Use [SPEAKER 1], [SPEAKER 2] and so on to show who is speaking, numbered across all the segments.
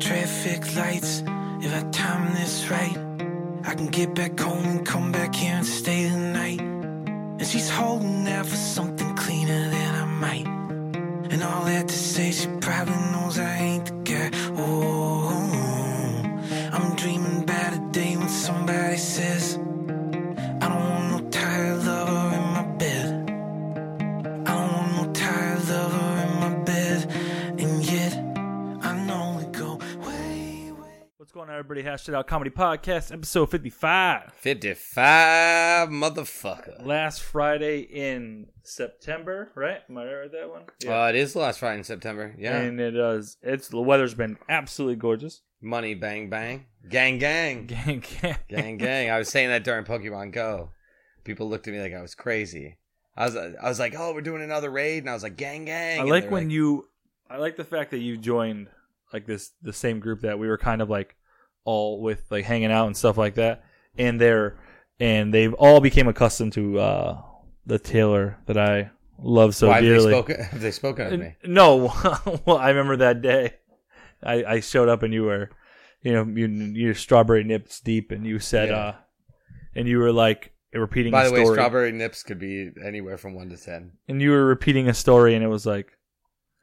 [SPEAKER 1] traffic lights. If I time this right, I can get back home and come back here and stay the night. And she's holding out for something cleaner than I might. And all that to say, she probably knows I ain't the guy. Oh, I'm dreaming about a day when somebody says, I don't want no tired lover in my bed. I don't want no tired lover in my bed, and yet I know we go way, way.
[SPEAKER 2] What's going on, everybody? Hash It Out Comedy Podcast, episode 55.
[SPEAKER 3] 55 motherfucker.
[SPEAKER 2] Last Friday in September, right? Am I right with that one?
[SPEAKER 3] Uh, it is the last Friday in September. Yeah.
[SPEAKER 2] And it does. It's the weather's been absolutely gorgeous.
[SPEAKER 3] Money, bang, bang. Gang, gang.
[SPEAKER 2] Gang, gang.
[SPEAKER 3] Gang, gang. I was saying that during Pokemon Go. People looked at me like I was crazy. I was, I was like, oh, we're doing another raid. And I was like, gang, gang.
[SPEAKER 2] I
[SPEAKER 3] And
[SPEAKER 2] like
[SPEAKER 3] they're
[SPEAKER 2] when you. I like the fact that you joined like this the same group that we were kind of like all with like hanging out and stuff like that, and they're and they've all became accustomed to uh the tailor that I love so
[SPEAKER 3] Why have they,
[SPEAKER 2] dearly.
[SPEAKER 3] spoken, have they spoken of me?
[SPEAKER 2] No, well, I remember that day. I, I showed up and you were, you know, you your strawberry nips deep, and you said,
[SPEAKER 3] Yeah.
[SPEAKER 2] uh, and you were like repeating
[SPEAKER 3] By
[SPEAKER 2] a
[SPEAKER 3] the way,
[SPEAKER 2] story,
[SPEAKER 3] strawberry nips could be anywhere from 1 to 10.
[SPEAKER 2] and you were repeating a story, and it was like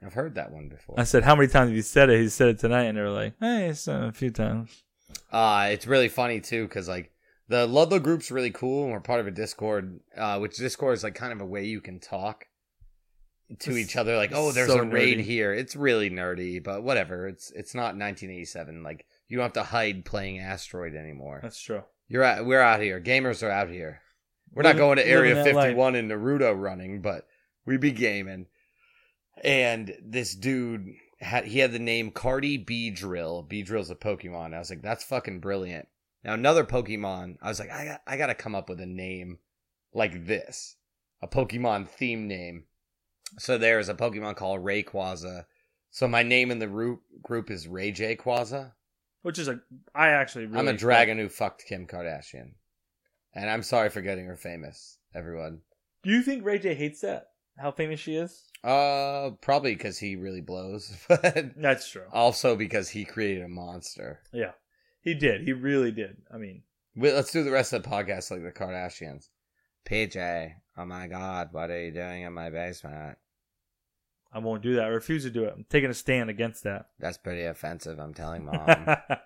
[SPEAKER 3] I've heard that one before.
[SPEAKER 2] I said, how many times have you said it? He said it tonight, and they were like, hey, it's, uh, a few times.
[SPEAKER 3] Uh, it's really funny too because like the Ludlow group's really cool, and we're part of a Discord, uh, which Discord is like kind of a way you can talk to
[SPEAKER 2] It's
[SPEAKER 3] each other. Like, oh, there's
[SPEAKER 2] so
[SPEAKER 3] a raid
[SPEAKER 2] nerdy.
[SPEAKER 3] here. It's really nerdy, but whatever. It's it's not 1987. Like, you don't have to hide playing Asteroid anymore.
[SPEAKER 2] That's true.
[SPEAKER 3] You're out, we're out here. Gamers are out here. We're not
[SPEAKER 2] Living-
[SPEAKER 3] going to Area
[SPEAKER 2] living that life.
[SPEAKER 3] 51 in Naruto running, but we be gaming. And this dude had he had the name Cardi B Drill. B Drill's a Pokemon. I was like, that's fucking brilliant. Now another Pokemon. I was like, I got, I got to come up with a name like this, a Pokemon theme name. So there is a Pokemon called Rayquaza. So my name in the root group is Ray J Quaza.
[SPEAKER 2] Which is a, I actually really
[SPEAKER 3] I'm a dragon who fucked Kim Kardashian. And I'm sorry for getting her famous, everyone.
[SPEAKER 2] Do you think Ray J hates that? How famous she is?
[SPEAKER 3] Uh, probably because he really blows, but
[SPEAKER 2] That's true.
[SPEAKER 3] also because he created a monster.
[SPEAKER 2] yeah, he did. He really did. I mean,
[SPEAKER 3] Wait, let's do the rest of the podcast like the Kardashians. PJ, oh my god, what are you doing in my basement?
[SPEAKER 2] I won't do that. I refuse to do it. I'm taking a stand against that.
[SPEAKER 3] That's pretty offensive, I'm telling mom.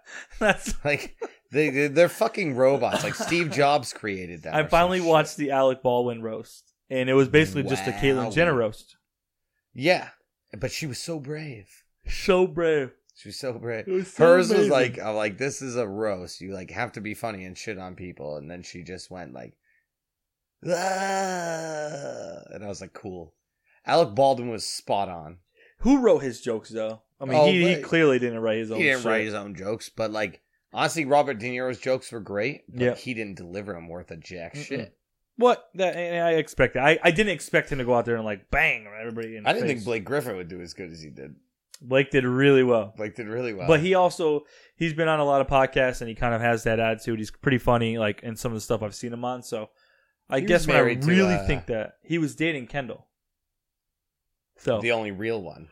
[SPEAKER 2] That's.
[SPEAKER 3] like, they, they- they're fucking robots. Like, Steve Jobs created that. or
[SPEAKER 2] I
[SPEAKER 3] some
[SPEAKER 2] finally
[SPEAKER 3] shit.
[SPEAKER 2] watched the Alec Baldwin roast, and it was basically just a
[SPEAKER 3] Wow.
[SPEAKER 2] Caitlyn Jenner roast.
[SPEAKER 3] Yeah, but she was so brave.
[SPEAKER 2] So brave.
[SPEAKER 3] She was so brave.
[SPEAKER 2] It was so
[SPEAKER 3] Hers was
[SPEAKER 2] amazing.
[SPEAKER 3] like, I'm like, this is a roast. You like have to be funny and shit on people. And then she just went like, "Ah," and I was like, cool. Alec Baldwin was spot on.
[SPEAKER 2] Who wrote his jokes though? I mean,
[SPEAKER 3] Oh,
[SPEAKER 2] he, he
[SPEAKER 3] right.
[SPEAKER 2] clearly didn't write his own.
[SPEAKER 3] He didn't
[SPEAKER 2] shit.
[SPEAKER 3] write his own jokes, but like honestly, Robert De Niro's jokes were great. But
[SPEAKER 2] Yeah.
[SPEAKER 3] he didn't deliver them worth a jack
[SPEAKER 2] Mm-mm.
[SPEAKER 3] shit.
[SPEAKER 2] What? That and I expected. I, I didn't expect him to go out there and like bang everybody. In the
[SPEAKER 3] I didn't
[SPEAKER 2] face.
[SPEAKER 3] think Blake Griffin would do as good as he did.
[SPEAKER 2] Blake did really well.
[SPEAKER 3] Blake did really well.
[SPEAKER 2] But he also he's been on a lot of podcasts and he kind of has that attitude. He's pretty funny, like in some of the stuff I've seen him on. So I
[SPEAKER 3] He
[SPEAKER 2] guess
[SPEAKER 3] was
[SPEAKER 2] when I
[SPEAKER 3] married to,
[SPEAKER 2] really
[SPEAKER 3] uh,
[SPEAKER 2] think that he was dating Kendall. So
[SPEAKER 3] the only real one.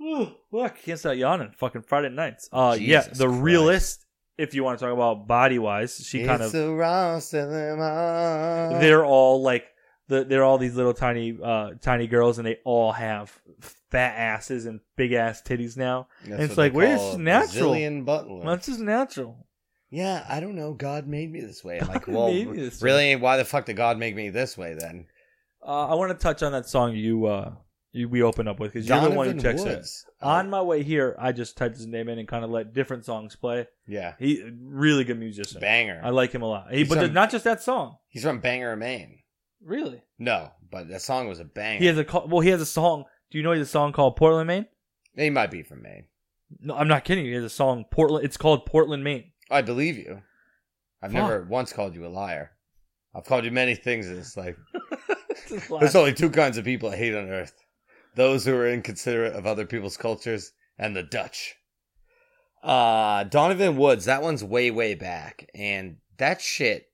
[SPEAKER 2] Ooh, look, can't stop yawning. Fucking Friday nights. Uh, yeah,
[SPEAKER 3] Jesus
[SPEAKER 2] the
[SPEAKER 3] Christ.
[SPEAKER 2] realist. If you want to talk about body wise, she kind
[SPEAKER 3] It's
[SPEAKER 2] of
[SPEAKER 3] a roast in the mouth.
[SPEAKER 2] they're all like the, they're all these little tiny uh tiny girls, and they all have fat asses and big ass titties now.
[SPEAKER 3] That's
[SPEAKER 2] it's
[SPEAKER 3] what they
[SPEAKER 2] like, where's
[SPEAKER 3] call a
[SPEAKER 2] natural?
[SPEAKER 3] Brazilian butler.
[SPEAKER 2] That's just natural.
[SPEAKER 3] Yeah, I don't know. God made me this way. I'm like,
[SPEAKER 2] God
[SPEAKER 3] well,
[SPEAKER 2] made me this
[SPEAKER 3] really, why the fuck did God make me this way then?
[SPEAKER 2] Uh, I want to touch on that song you uh you, we opened up with because you're the one who
[SPEAKER 3] Donovan
[SPEAKER 2] checks it.
[SPEAKER 3] Woods. Oh,
[SPEAKER 2] On my way here, I just typed his name in and kind of let different songs play.
[SPEAKER 3] yeah,
[SPEAKER 2] He really good musician.
[SPEAKER 3] banger.
[SPEAKER 2] I like him a lot. He,
[SPEAKER 3] He's
[SPEAKER 2] but
[SPEAKER 3] from-
[SPEAKER 2] not just that song.
[SPEAKER 3] He's from Bangor, Maine.
[SPEAKER 2] Really.
[SPEAKER 3] No, but that song was a banger.
[SPEAKER 2] He has a co- well. He has a song. Do you know he has a song called Portland, Maine?
[SPEAKER 3] He might be from Maine.
[SPEAKER 2] No, I'm not kidding. you. He has a song Portland. It's called Portland, Maine.
[SPEAKER 3] I believe you. I've
[SPEAKER 2] Fuck.
[SPEAKER 3] never once called you a liar. I've called you many things, and it's like
[SPEAKER 2] It's his last-
[SPEAKER 3] there's only two kinds of people I hate on earth: those who are inconsiderate of other people's cultures and the Dutch. Uh, Donovan Woods, that one's way, way back. And that shit,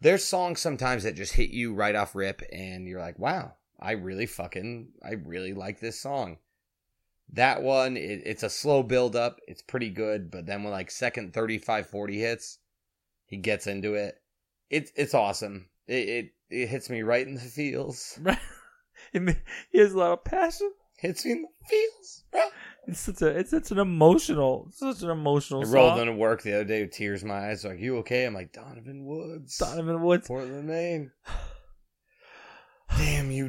[SPEAKER 3] there's songs sometimes that just hit you right off rip, and you're like, wow, I really fucking, I really like this song. That one, it, it's a slow build up. It's pretty good, but then when like second 35 40 hits, he gets into it. It's it's awesome. It, it it hits me right in the feels.
[SPEAKER 2] It ma- he has a lot of passion.
[SPEAKER 3] Hits me in the feels, bro.
[SPEAKER 2] It's such a it's such an emotional such an emotional
[SPEAKER 3] I rolled
[SPEAKER 2] song.
[SPEAKER 3] into work the other day with tears in my eyes. Like, you okay? I'm like, Donovan Woods.
[SPEAKER 2] Donovan Woods.
[SPEAKER 3] Portland, Maine. Damn you,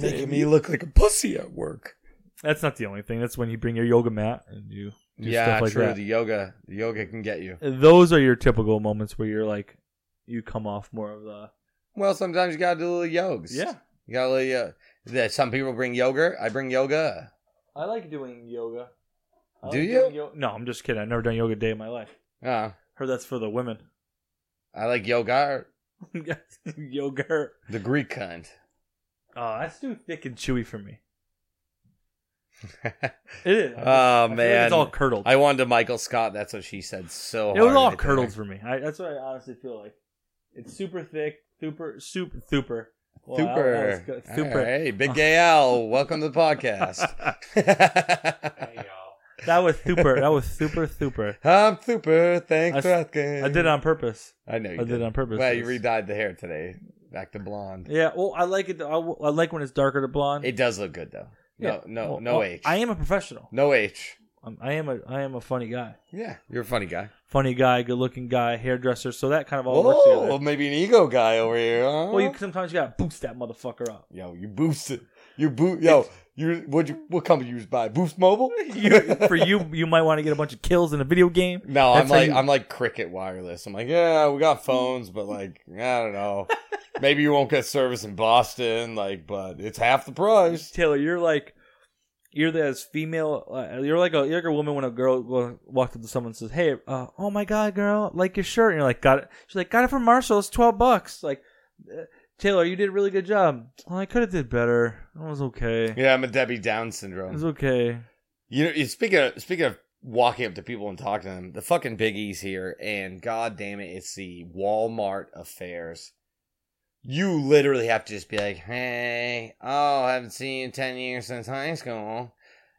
[SPEAKER 2] Damn
[SPEAKER 3] making
[SPEAKER 2] you.
[SPEAKER 3] me look like a pussy at work.
[SPEAKER 2] That's not the only thing. That's when you bring your yoga mat and you do
[SPEAKER 3] yeah,
[SPEAKER 2] stuff like
[SPEAKER 3] true.
[SPEAKER 2] that.
[SPEAKER 3] The yoga, the yoga can get you.
[SPEAKER 2] Those are your typical moments where you're like, you come off more of the
[SPEAKER 3] Well, sometimes you gotta do little yogs. you gotta little yo- that some people bring yogurt. I bring yoga.
[SPEAKER 2] I like doing yoga.
[SPEAKER 3] I Do like you? doing
[SPEAKER 2] no, I'm just kidding. I've never done yoga a day in my life.
[SPEAKER 3] Uh,
[SPEAKER 2] Heard that's for the women.
[SPEAKER 3] I like yoga.
[SPEAKER 2] Yogurt.
[SPEAKER 3] The Greek kind.
[SPEAKER 2] Oh, that's too thick and chewy for me. It is. I just-
[SPEAKER 3] oh
[SPEAKER 2] I feel like
[SPEAKER 3] man,
[SPEAKER 2] it's all curdled.
[SPEAKER 3] I wanted to Michael Scott. That's what she said. So
[SPEAKER 2] it was
[SPEAKER 3] hard
[SPEAKER 2] all
[SPEAKER 3] right there.
[SPEAKER 2] curdled for me. I, that's what I honestly feel like. It's super thick, super, super, super. Wow, that was
[SPEAKER 3] Super.
[SPEAKER 2] good. Super.
[SPEAKER 3] Hey, Big Gay Al, welcome to the podcast.
[SPEAKER 2] That was super. That was super, super.
[SPEAKER 3] I'm super.
[SPEAKER 2] I s-
[SPEAKER 3] Thanks for asking.
[SPEAKER 2] I did it on purpose.
[SPEAKER 3] I know you
[SPEAKER 2] I did it on purpose.
[SPEAKER 3] Well, you
[SPEAKER 2] It's-
[SPEAKER 3] redyed the hair today, back to blonde.
[SPEAKER 2] Yeah, well, I like it. I, w- I like when it's darker to blonde.
[SPEAKER 3] It does look good though.
[SPEAKER 2] Yeah.
[SPEAKER 3] No, no,
[SPEAKER 2] Well,
[SPEAKER 3] no
[SPEAKER 2] well,
[SPEAKER 3] H.
[SPEAKER 2] I am a professional.
[SPEAKER 3] no H.
[SPEAKER 2] I'm, I am a I am a funny guy,
[SPEAKER 3] Yeah, you're a funny guy.
[SPEAKER 2] funny guy, good looking guy, hairdresser. So that kind of all works
[SPEAKER 3] Oh, well,
[SPEAKER 2] together.
[SPEAKER 3] maybe an ego guy over here. Huh?
[SPEAKER 2] Well, you sometimes you gotta boost that motherfucker up.
[SPEAKER 3] yo, you boosted. You boot. Yo, you what? You what company you was by? Boost Mobile.
[SPEAKER 2] You, for you, you might want to get a bunch of kills in a video game.
[SPEAKER 3] No,
[SPEAKER 2] That's
[SPEAKER 3] I'm
[SPEAKER 2] how
[SPEAKER 3] like
[SPEAKER 2] you-
[SPEAKER 3] I'm like Cricket Wireless. I'm like, yeah, we got phones, but like I don't know. Maybe you won't get service in Boston, like, but it's half the price.
[SPEAKER 2] Taylor, you're like, you're as female. Uh, you're like a you're like a woman when a girl wa- walks up to someone and says, "Hey, uh, oh my god, girl, like your shirt," and you're like, "Got it." She's like, "Got it from Marshall. It's twelve bucks." Like, uh, Taylor, you did a really good job. Well, I could have did better. It was okay.
[SPEAKER 3] Yeah, I'm a Debbie Down
[SPEAKER 2] It
[SPEAKER 3] syndrome.
[SPEAKER 2] was okay.
[SPEAKER 3] You know, you- speaking of, speaking of walking up to people and talking to them, the fucking biggies here, and god damn it, it's the Walmart affairs. You literally have to just be like, hey, oh, haven't seen you in 10 years since high school.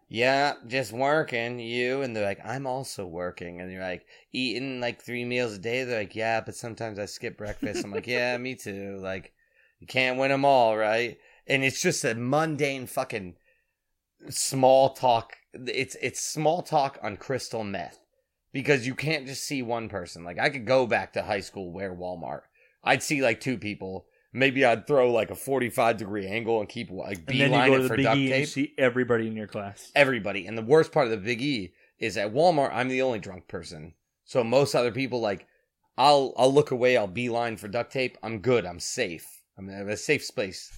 [SPEAKER 3] Yeah, just working, you. And they're like, I'm also working. And you're like, eating like three meals a day. They're like, yeah, but sometimes I skip breakfast. I'm like, yeah, me too. Like, you can't win them all, right? And it's just a mundane fucking small talk it's it's small talk on crystal meth because you can't just see one person like i could go back to high school where walmart i'd see like two people maybe i'd throw like a 45 degree angle and keep like
[SPEAKER 2] And then
[SPEAKER 3] beeline
[SPEAKER 2] you go
[SPEAKER 3] it
[SPEAKER 2] to
[SPEAKER 3] for
[SPEAKER 2] the Big
[SPEAKER 3] duct
[SPEAKER 2] E and you
[SPEAKER 3] tape
[SPEAKER 2] see everybody in your class.
[SPEAKER 3] everybody and the worst part of the big e is at walmart i'm the only drunk person so most other people like i'll i'll look away i'll beeline for duct tape i'm good i'm safe i'm in a safe space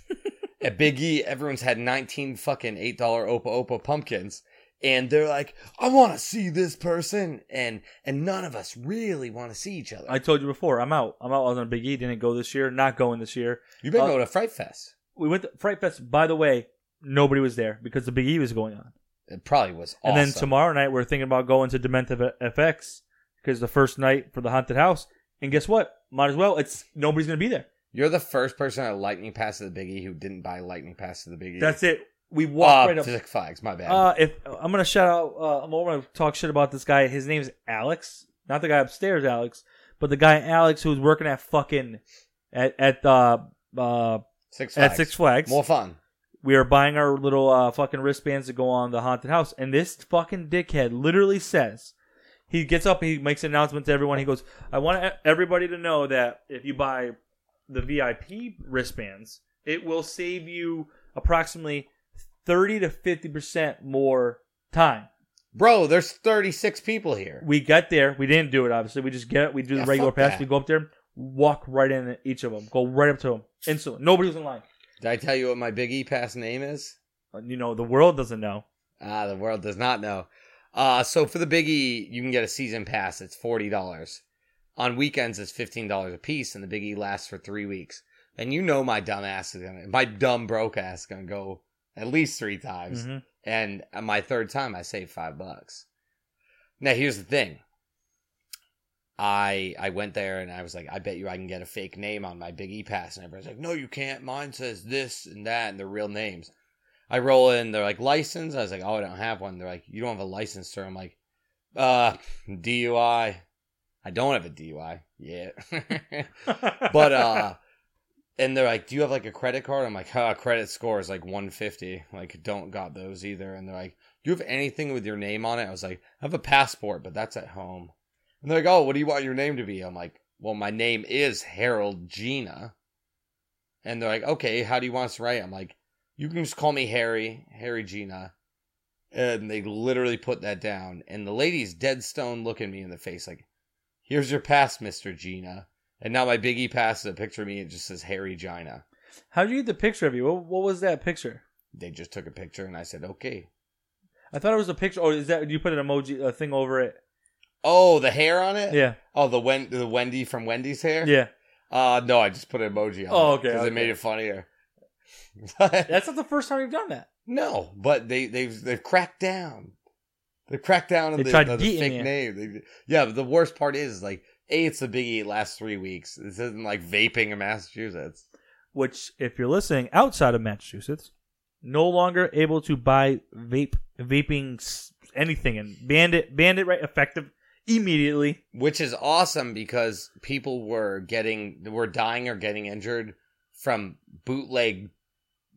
[SPEAKER 3] at Big E, everyone's had 19 fucking $8 Opa Opa pumpkins. And they're like, I want to see this person. And and none of us really want to see each other.
[SPEAKER 2] I told you before, I'm out. I'm out on a Big E. Didn't go this year. Not going this year.
[SPEAKER 3] You've been
[SPEAKER 2] uh,
[SPEAKER 3] going to Fright Fest.
[SPEAKER 2] We went to Fright Fest. By the way, nobody was there because the Big E was going on.
[SPEAKER 3] It probably was
[SPEAKER 2] And
[SPEAKER 3] awesome.
[SPEAKER 2] then tomorrow night, we're thinking about going to Dementive FX because the first night for the haunted house. And guess what? Might as well. It's nobody's gonna be there.
[SPEAKER 3] You're the first person at a Lightning Pass to the Big E who didn't buy Lightning Pass to the Big E.
[SPEAKER 2] That's it. We
[SPEAKER 3] uh,
[SPEAKER 2] walked right up.
[SPEAKER 3] Six Flags, my bad.
[SPEAKER 2] Uh, if I'm gonna shout out, uh, I'm gonna talk shit about this guy. His name's Alex, not the guy upstairs, Alex, but the guy Alex who was working at fucking at at uh, uh
[SPEAKER 3] Six Flags.
[SPEAKER 2] at Six Flags.
[SPEAKER 3] More fun.
[SPEAKER 2] we are buying our little uh, fucking wristbands to go on the haunted house, and this fucking dickhead literally says he gets up, he makes an announcement to everyone. He goes, "I want e- everybody to know that if you buy the VIP wristbands, it will save you approximately thirty to fifty percent more time."
[SPEAKER 3] Bro, there's 36 people here.
[SPEAKER 2] We get there, we didn't do it. Obviously, we just get, we do
[SPEAKER 3] Yeah,
[SPEAKER 2] the regular
[SPEAKER 3] fuck
[SPEAKER 2] pass,
[SPEAKER 3] that.
[SPEAKER 2] we go up there, walk right in each of them, go right up to them instantly. Nobody was in line.
[SPEAKER 3] Did I tell you what my Big E Pass name is?
[SPEAKER 2] You know, the world doesn't know.
[SPEAKER 3] Ah, the world does not know. Uh, so for the Biggie, you can get a season pass. It's forty dollars. On weekends, it's fifteen dollars a piece, and the Biggie lasts for three weeks. And you know my dumb ass is gonna, my dumb broke ass is gonna go at least three times.
[SPEAKER 2] Mhm.
[SPEAKER 3] And on my third time, I saved five bucks. Now here's the thing. I I went there and I was like, I bet you I can get a fake name on my Big E pass, and everybody's like, No, you can't. Mine says this and that, and the real names. I roll in, they're like, license? I was like, oh, I don't have one. They're like, you don't have a license, sir. I'm like, uh, DUI. I don't have a DUI. Yeah.
[SPEAKER 2] Mm-hmm.
[SPEAKER 3] but, uh, and they're like, do you have like a credit card? I'm like, huh, credit score is like 150. Like, don't got those either. And they're like, do you have anything with your name on it? I was like, I have a passport, but that's at home. And they're like, oh, what do you want your name to be? I'm like, well, my name is Harold Gina. And they're like, okay, how do you want us to write? it?" I'm like, you can just call me Harry, Harry Gina. And they literally put that down. And the lady's dead stone looking me in the face, like, here's your pass, Mr. Gina. And now my biggie pass is a picture of me. It just says Harry Gina.
[SPEAKER 2] How did you get the picture of you? What, what was that picture?
[SPEAKER 3] They just took a picture and I said, okay.
[SPEAKER 2] I thought it was a picture. Oh, is that you put an emoji a thing over it?
[SPEAKER 3] Oh, the hair on it?
[SPEAKER 2] Yeah,
[SPEAKER 3] Oh, the, Wen- the Wendy from Wendy's hair?
[SPEAKER 2] yeah.
[SPEAKER 3] Uh, no, I just put an emoji on
[SPEAKER 2] Oh,
[SPEAKER 3] it
[SPEAKER 2] okay,
[SPEAKER 3] Because
[SPEAKER 2] okay.
[SPEAKER 3] it made it funnier.
[SPEAKER 2] That's not the first time you've done that.
[SPEAKER 3] No, but they they've they've cracked down. They've cracked down on
[SPEAKER 2] They
[SPEAKER 3] the,
[SPEAKER 2] tried
[SPEAKER 3] on the
[SPEAKER 2] getting
[SPEAKER 3] fake
[SPEAKER 2] you.
[SPEAKER 3] name. They, yeah, but the worst part is like a it's the biggie it lasts three weeks. This isn't like vaping in Massachusetts.
[SPEAKER 2] Which, if you're listening outside of Massachusetts, no longer able to buy vape vaping s- anything and banned it. Banned it right effective immediately.
[SPEAKER 3] Which is awesome because people were getting were dying or getting injured from bootleg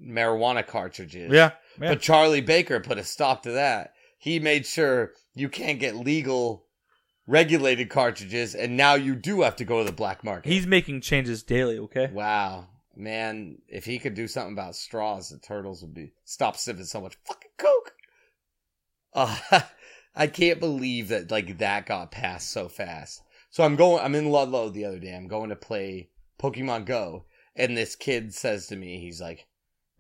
[SPEAKER 3] marijuana cartridges.
[SPEAKER 2] yeah.
[SPEAKER 3] But Charlie Baker put a stop to that. He made sure you can't get legal regulated cartridges and now you do have to go to the black market.
[SPEAKER 2] He's making changes daily. Okay.
[SPEAKER 3] Wow, man! If he could do something about straws, the turtles would be stop sipping so much fucking coke. Uh, I can't believe that like that got passed so fast. So I'm going. I'm in Ludlow the other day. I'm going to play Pokemon Go, and this kid says to me, he's like.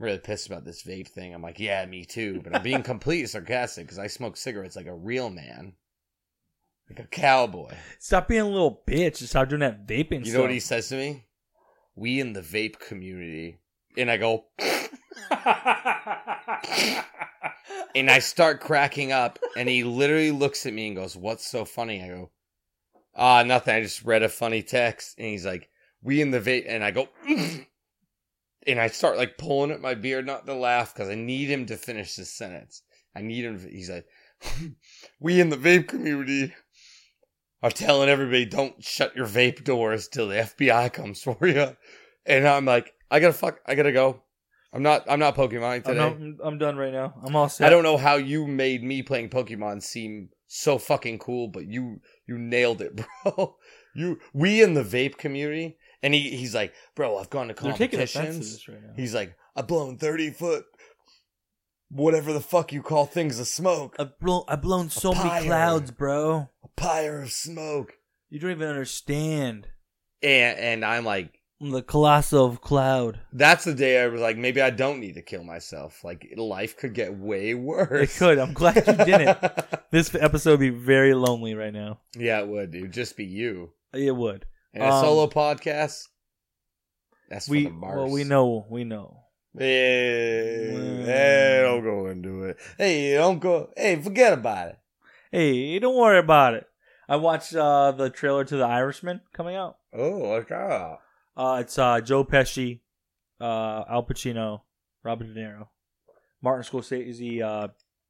[SPEAKER 3] I'm really pissed about this vape thing. I'm like, yeah, me too. But I'm being completely sarcastic because I smoke cigarettes like a real man, like a cowboy.
[SPEAKER 2] Stop being a little bitch. and Stop doing that vaping.
[SPEAKER 3] You
[SPEAKER 2] stuff.
[SPEAKER 3] know what he says to me? We in the vape community. And I go, and I start cracking up. And he literally looks at me and goes, What's so funny? I go, Ah, nothing. I just read a funny text. And he's like, We in the vape. And I go, and I start like pulling at my beard, not to laugh, because I need him to finish this sentence. I need him. to- he's like, We in the vape community are telling everybody don't shut your vape doors till the FBI comes for you. And I'm like, I gotta fuck, I gotta go. I'm not, I'm not Pokemon
[SPEAKER 2] I'm,
[SPEAKER 3] today.
[SPEAKER 2] not, I'm- I'm done right now. I'm all set.
[SPEAKER 3] I don't know how you made me playing Pokemon seem so fucking cool, but you you nailed it, bro. You we in the vape community, and he he's like, bro, I've gone to
[SPEAKER 2] They're taking offense to
[SPEAKER 3] competitions.
[SPEAKER 2] this right now.
[SPEAKER 3] He's like, I've blown thirty foot, whatever the fuck you call things of smoke, a
[SPEAKER 2] I've blown, I've blown so
[SPEAKER 3] pyre.
[SPEAKER 2] many clouds, bro.
[SPEAKER 3] pyre of smoke,
[SPEAKER 2] You don't even understand.
[SPEAKER 3] and and I'm like,
[SPEAKER 2] I'm the colossal of cloud.
[SPEAKER 3] that's the day I was like, maybe I don't need to kill myself. Like life could get way
[SPEAKER 2] It
[SPEAKER 3] worse.
[SPEAKER 2] could. I'm glad you didn't. This episode would be very lonely right now.
[SPEAKER 3] yeah, it would. It would just be you.
[SPEAKER 2] It would.
[SPEAKER 3] And a
[SPEAKER 2] Um,
[SPEAKER 3] solo podcast. That's for
[SPEAKER 2] we
[SPEAKER 3] the Mars.
[SPEAKER 2] well, we know, we know.
[SPEAKER 3] Hey,
[SPEAKER 2] Mm.
[SPEAKER 3] hey, don't go into it. Hey, don't go. Hey, forget about it.
[SPEAKER 2] Hey, don't worry about it. I watched uh, the trailer to The Irishman coming out.
[SPEAKER 3] Oh, okay.
[SPEAKER 2] Uh, it's uh, Joe Pesci, uh, Al Pacino, Robert De Niro, Martin Scorsese uh,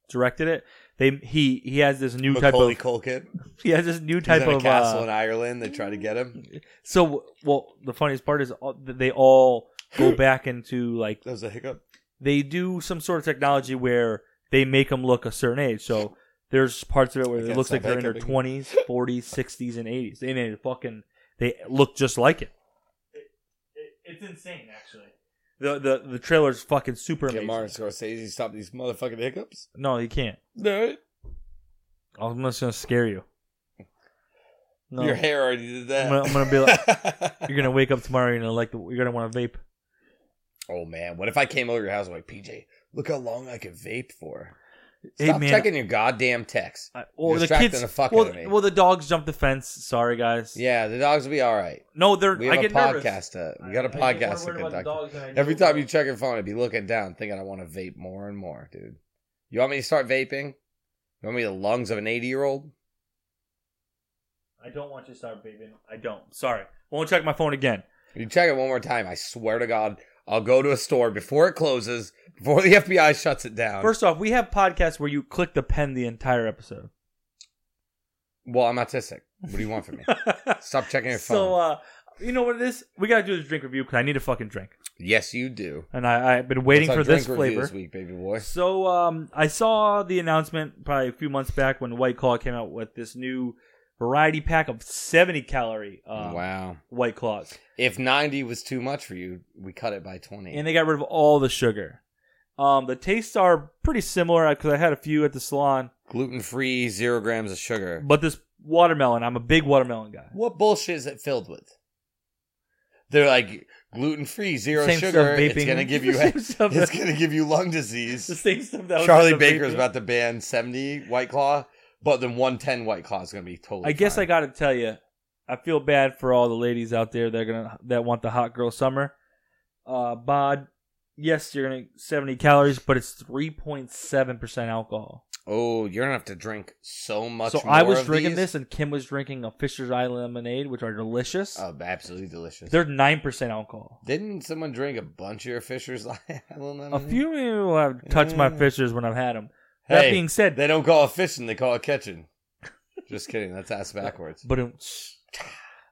[SPEAKER 2] directed it. They he he has this new
[SPEAKER 3] Macaulay
[SPEAKER 2] type
[SPEAKER 3] Culkin.
[SPEAKER 2] of he has this new
[SPEAKER 3] He's
[SPEAKER 2] type
[SPEAKER 3] in a
[SPEAKER 2] of
[SPEAKER 3] castle
[SPEAKER 2] uh,
[SPEAKER 3] in Ireland. They try to get him.
[SPEAKER 2] So, well, the funniest part is all, that they all go back into like
[SPEAKER 3] That was a hiccup.
[SPEAKER 2] they do some sort of technology where they make them look a certain age. So there's parts of it where
[SPEAKER 3] I
[SPEAKER 2] it
[SPEAKER 3] can't
[SPEAKER 2] looks like
[SPEAKER 3] stop
[SPEAKER 2] they're in their
[SPEAKER 3] hiccuping.
[SPEAKER 2] twenties, forties, sixties, and eighties. They made it fucking they look just like it. It's insane, actually. The the the trailer's fucking super
[SPEAKER 3] Can
[SPEAKER 2] amazing.
[SPEAKER 3] Martin Scorsese stop these motherfucking hiccups?
[SPEAKER 2] No, you can't.
[SPEAKER 3] No.
[SPEAKER 2] I'm just gonna scare you. No,
[SPEAKER 3] Your hair already did that.
[SPEAKER 2] I'm gonna- I'm gonna be
[SPEAKER 3] like.
[SPEAKER 2] you're gonna wake up tomorrow. You're gonna like. The, you're gonna want to vape.
[SPEAKER 3] oh man, what if I came over your house and like PJ? Look how long I could vape for.
[SPEAKER 2] Hey,
[SPEAKER 3] Stop
[SPEAKER 2] man.
[SPEAKER 3] checking your goddamn text.
[SPEAKER 2] I, or
[SPEAKER 3] You're
[SPEAKER 2] the
[SPEAKER 3] distracting
[SPEAKER 2] kids.
[SPEAKER 3] the fuck
[SPEAKER 2] well,
[SPEAKER 3] out of me.
[SPEAKER 2] well, the dogs jumped the fence. Sorry, guys.
[SPEAKER 3] Yeah, the dogs will be all right.
[SPEAKER 2] No, they're.
[SPEAKER 3] We
[SPEAKER 2] I
[SPEAKER 3] have a
[SPEAKER 2] get nervous.
[SPEAKER 3] podcast. To, we got a podcast to conduct. Every time you check your phone, I'd be looking down, thinking I want to vape more and more, dude. You want me to start vaping? You want me the lungs of an eighty-year-old?
[SPEAKER 2] I don't want you to start vaping. I don't. Sorry. Won't check my phone again.
[SPEAKER 3] You check it one more time, I swear to God, I'll go to a store before it closes, before the FBI shuts it down.
[SPEAKER 2] First off, we have podcasts where you click the pen the entire episode.
[SPEAKER 3] well, I'm autistic. What do you want from me? Stop checking your phone.
[SPEAKER 2] so, uh, you know what it is? We gotta do this drink review because I need a fucking drink,
[SPEAKER 3] yes, you do.
[SPEAKER 2] and I, I've been waiting
[SPEAKER 3] What's
[SPEAKER 2] for
[SPEAKER 3] our
[SPEAKER 2] this
[SPEAKER 3] drink review
[SPEAKER 2] flavor.
[SPEAKER 3] this week, baby boy.
[SPEAKER 2] So um, I saw the announcement probably a few months back when White Claw came out with this new variety pack of 70 calorie uh,
[SPEAKER 3] wow.
[SPEAKER 2] White Claws,
[SPEAKER 3] If 90 was too much for you, we cut it by 20.
[SPEAKER 2] and they got rid of all the sugar. Um, the tastes are pretty similar because I had a few at the salon,
[SPEAKER 3] Gluten free, zero grams of sugar.
[SPEAKER 2] but this watermelon, I'm a big watermelon guy.
[SPEAKER 3] What bullshit is it filled with? They're like gluten free, zero
[SPEAKER 2] Same stuff,
[SPEAKER 3] sugar. It's
[SPEAKER 2] vaping.
[SPEAKER 3] gonna give you
[SPEAKER 2] Same stuff
[SPEAKER 3] it's
[SPEAKER 2] that-
[SPEAKER 3] gonna give you lung
[SPEAKER 2] The
[SPEAKER 3] disease.
[SPEAKER 2] same stuff that was
[SPEAKER 3] Charlie
[SPEAKER 2] in the
[SPEAKER 3] Baker's
[SPEAKER 2] vaping.
[SPEAKER 3] about to ban seventy White Claw, but then one ten White Claw is gonna be totally.
[SPEAKER 2] I guess I
[SPEAKER 3] fine.
[SPEAKER 2] got to tell you, I feel bad for all the ladies out there that are gonna that want the hot girl summer. Uh, bod, yes, you're gonna seventy calories, but it's three point seven percent alcohol.
[SPEAKER 3] Oh, you're gonna have to drink so much.
[SPEAKER 2] so
[SPEAKER 3] more
[SPEAKER 2] I was
[SPEAKER 3] of
[SPEAKER 2] drinking
[SPEAKER 3] these.
[SPEAKER 2] this, and Kim was drinking a Fisher's Eye lemonade, which are delicious.
[SPEAKER 3] Oh, absolutely delicious.
[SPEAKER 2] They're nine percent alcohol.
[SPEAKER 3] Didn't someone drink a bunch of your Fisher's
[SPEAKER 2] A
[SPEAKER 3] Mm-hmm.
[SPEAKER 2] few people have touched my fishers when I've had them. That
[SPEAKER 3] Mm. Hey,
[SPEAKER 2] being said,
[SPEAKER 3] They don't call it fishing; they call it catching. Just kidding. That's ass backwards.
[SPEAKER 2] but um,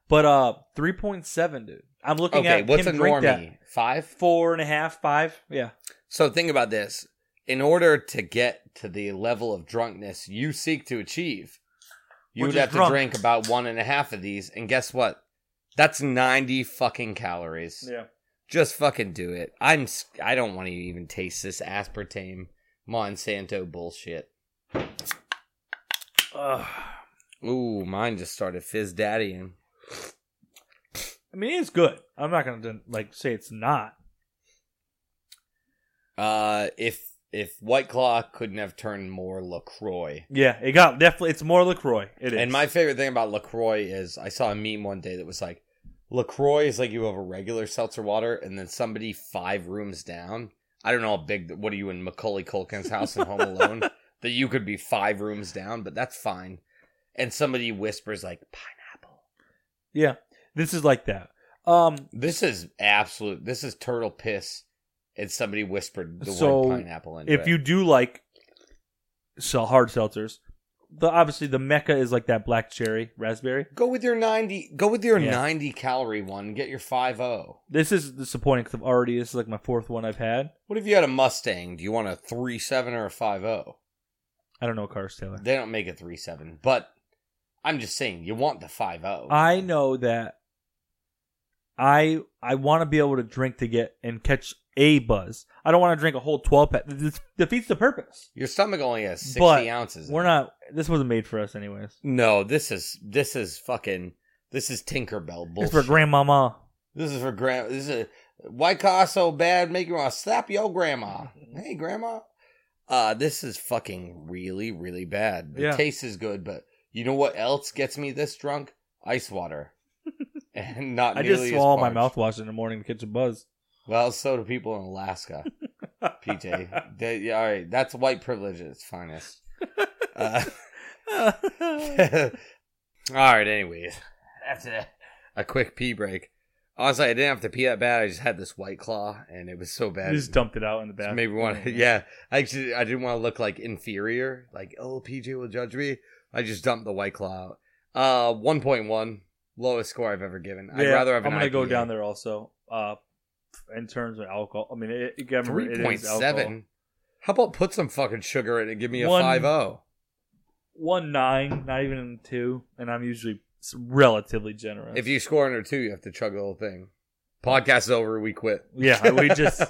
[SPEAKER 2] but uh, three point seven, dude. I'm looking
[SPEAKER 3] Okay,
[SPEAKER 2] at
[SPEAKER 3] what's a
[SPEAKER 2] Kim drink that.
[SPEAKER 3] normie? Five.
[SPEAKER 2] Four and a half, five, yeah.
[SPEAKER 3] So think about this. In order to get to the level of drunkenness you seek to achieve, you
[SPEAKER 2] Which
[SPEAKER 3] would
[SPEAKER 2] is
[SPEAKER 3] have
[SPEAKER 2] drunk.
[SPEAKER 3] to drink about one and a half of these. And guess what? That's ninety fucking calories.
[SPEAKER 2] Yeah.
[SPEAKER 3] Just fucking do it. I'm. s- I don't want to even taste this aspartame Monsanto bullshit. Ooh, mine just started fizz daddying.
[SPEAKER 2] I mean, it's good. I'm not gonna den- like say it's not.
[SPEAKER 3] Uh, if if White Claw couldn't have turned more Lacroix.
[SPEAKER 2] Yeah, it got definitely. It's more Lacroix. It is.
[SPEAKER 3] And my favorite thing about LaCroix is I saw a meme one day that was like, LaCroix is like you have a regular seltzer water, and then somebody five rooms down. I don't know how big, what are you in Macaulay Culkin's house in Home Alone? That you could be five rooms down, but that's fine. And somebody whispers, like, pineapple.
[SPEAKER 2] yeah, this is like that. Um,
[SPEAKER 3] This is absolute, this is turtle piss. And somebody whispered the
[SPEAKER 2] So,
[SPEAKER 3] word pineapple into
[SPEAKER 2] if
[SPEAKER 3] it.
[SPEAKER 2] you do like sell hard seltzers, the obviously the mecca is like that black cherry raspberry.
[SPEAKER 3] Go with your 90, go with your
[SPEAKER 2] Yeah.
[SPEAKER 3] 90 calorie one, get your oh. 5
[SPEAKER 2] This is disappointing because I've already this is like my fourth one I've had.
[SPEAKER 3] What if you had a Mustang? Do you want a three seven or a five zero?
[SPEAKER 2] I don't know Cars Taylor.
[SPEAKER 3] They don't make a three seven, but I'm just saying you want the five oh. zero.
[SPEAKER 2] I know that I I want to be able to drink to get and catch a buzz. I don't want to drink a whole twelve pack. This defeats the purpose.
[SPEAKER 3] Your stomach only has sixty
[SPEAKER 2] But
[SPEAKER 3] ounces. in
[SPEAKER 2] We're
[SPEAKER 3] it.
[SPEAKER 2] not. This wasn't made for us, anyways.
[SPEAKER 3] No, this is this is fucking this is Tinkerbell bullshit.
[SPEAKER 2] It's for grandmama.
[SPEAKER 3] this is for grandma. This is a, why cost so bad? Make you want to slap your grandma. hey, grandma. Uh, this is fucking really really bad. The
[SPEAKER 2] Yeah.
[SPEAKER 3] taste is good, but you know what else gets me this drunk? Ice water. and not
[SPEAKER 2] I just
[SPEAKER 3] nearly as
[SPEAKER 2] swallow my
[SPEAKER 3] parched.
[SPEAKER 2] mouthwash in the morning to catch a buzz.
[SPEAKER 3] Well, so do people in Alaska, PJ. They- yeah, all right, that's white privilege at its finest. Uh, all right, anyways, after that, a quick pee break. Honestly, I didn't have to pee that bad. I just had this white claw, and it was so bad.
[SPEAKER 2] just dumped it out in the bathroom.
[SPEAKER 3] Maybe want to, yeah. I actually, I didn't want to look like inferior. Like, oh, PJ will judge me. I just dumped the white claw out. Uh, one point one, lowest score I've ever given. I'd rather have.
[SPEAKER 2] I'm
[SPEAKER 3] an
[SPEAKER 2] gonna go
[SPEAKER 3] IPA.
[SPEAKER 2] down there also. Uh, in terms of alcohol, I mean, it, it, remember, it
[SPEAKER 3] Three
[SPEAKER 2] is
[SPEAKER 3] point
[SPEAKER 2] alcohol.
[SPEAKER 3] seven. How about put some fucking sugar in it and give me a
[SPEAKER 2] One-
[SPEAKER 3] five oh? zero?
[SPEAKER 2] One nine, not even two, and I'm usually s- relatively generous.
[SPEAKER 3] If you score under two, you have to chug the whole thing. Podcast is over. We quit.
[SPEAKER 2] yeah, I would just,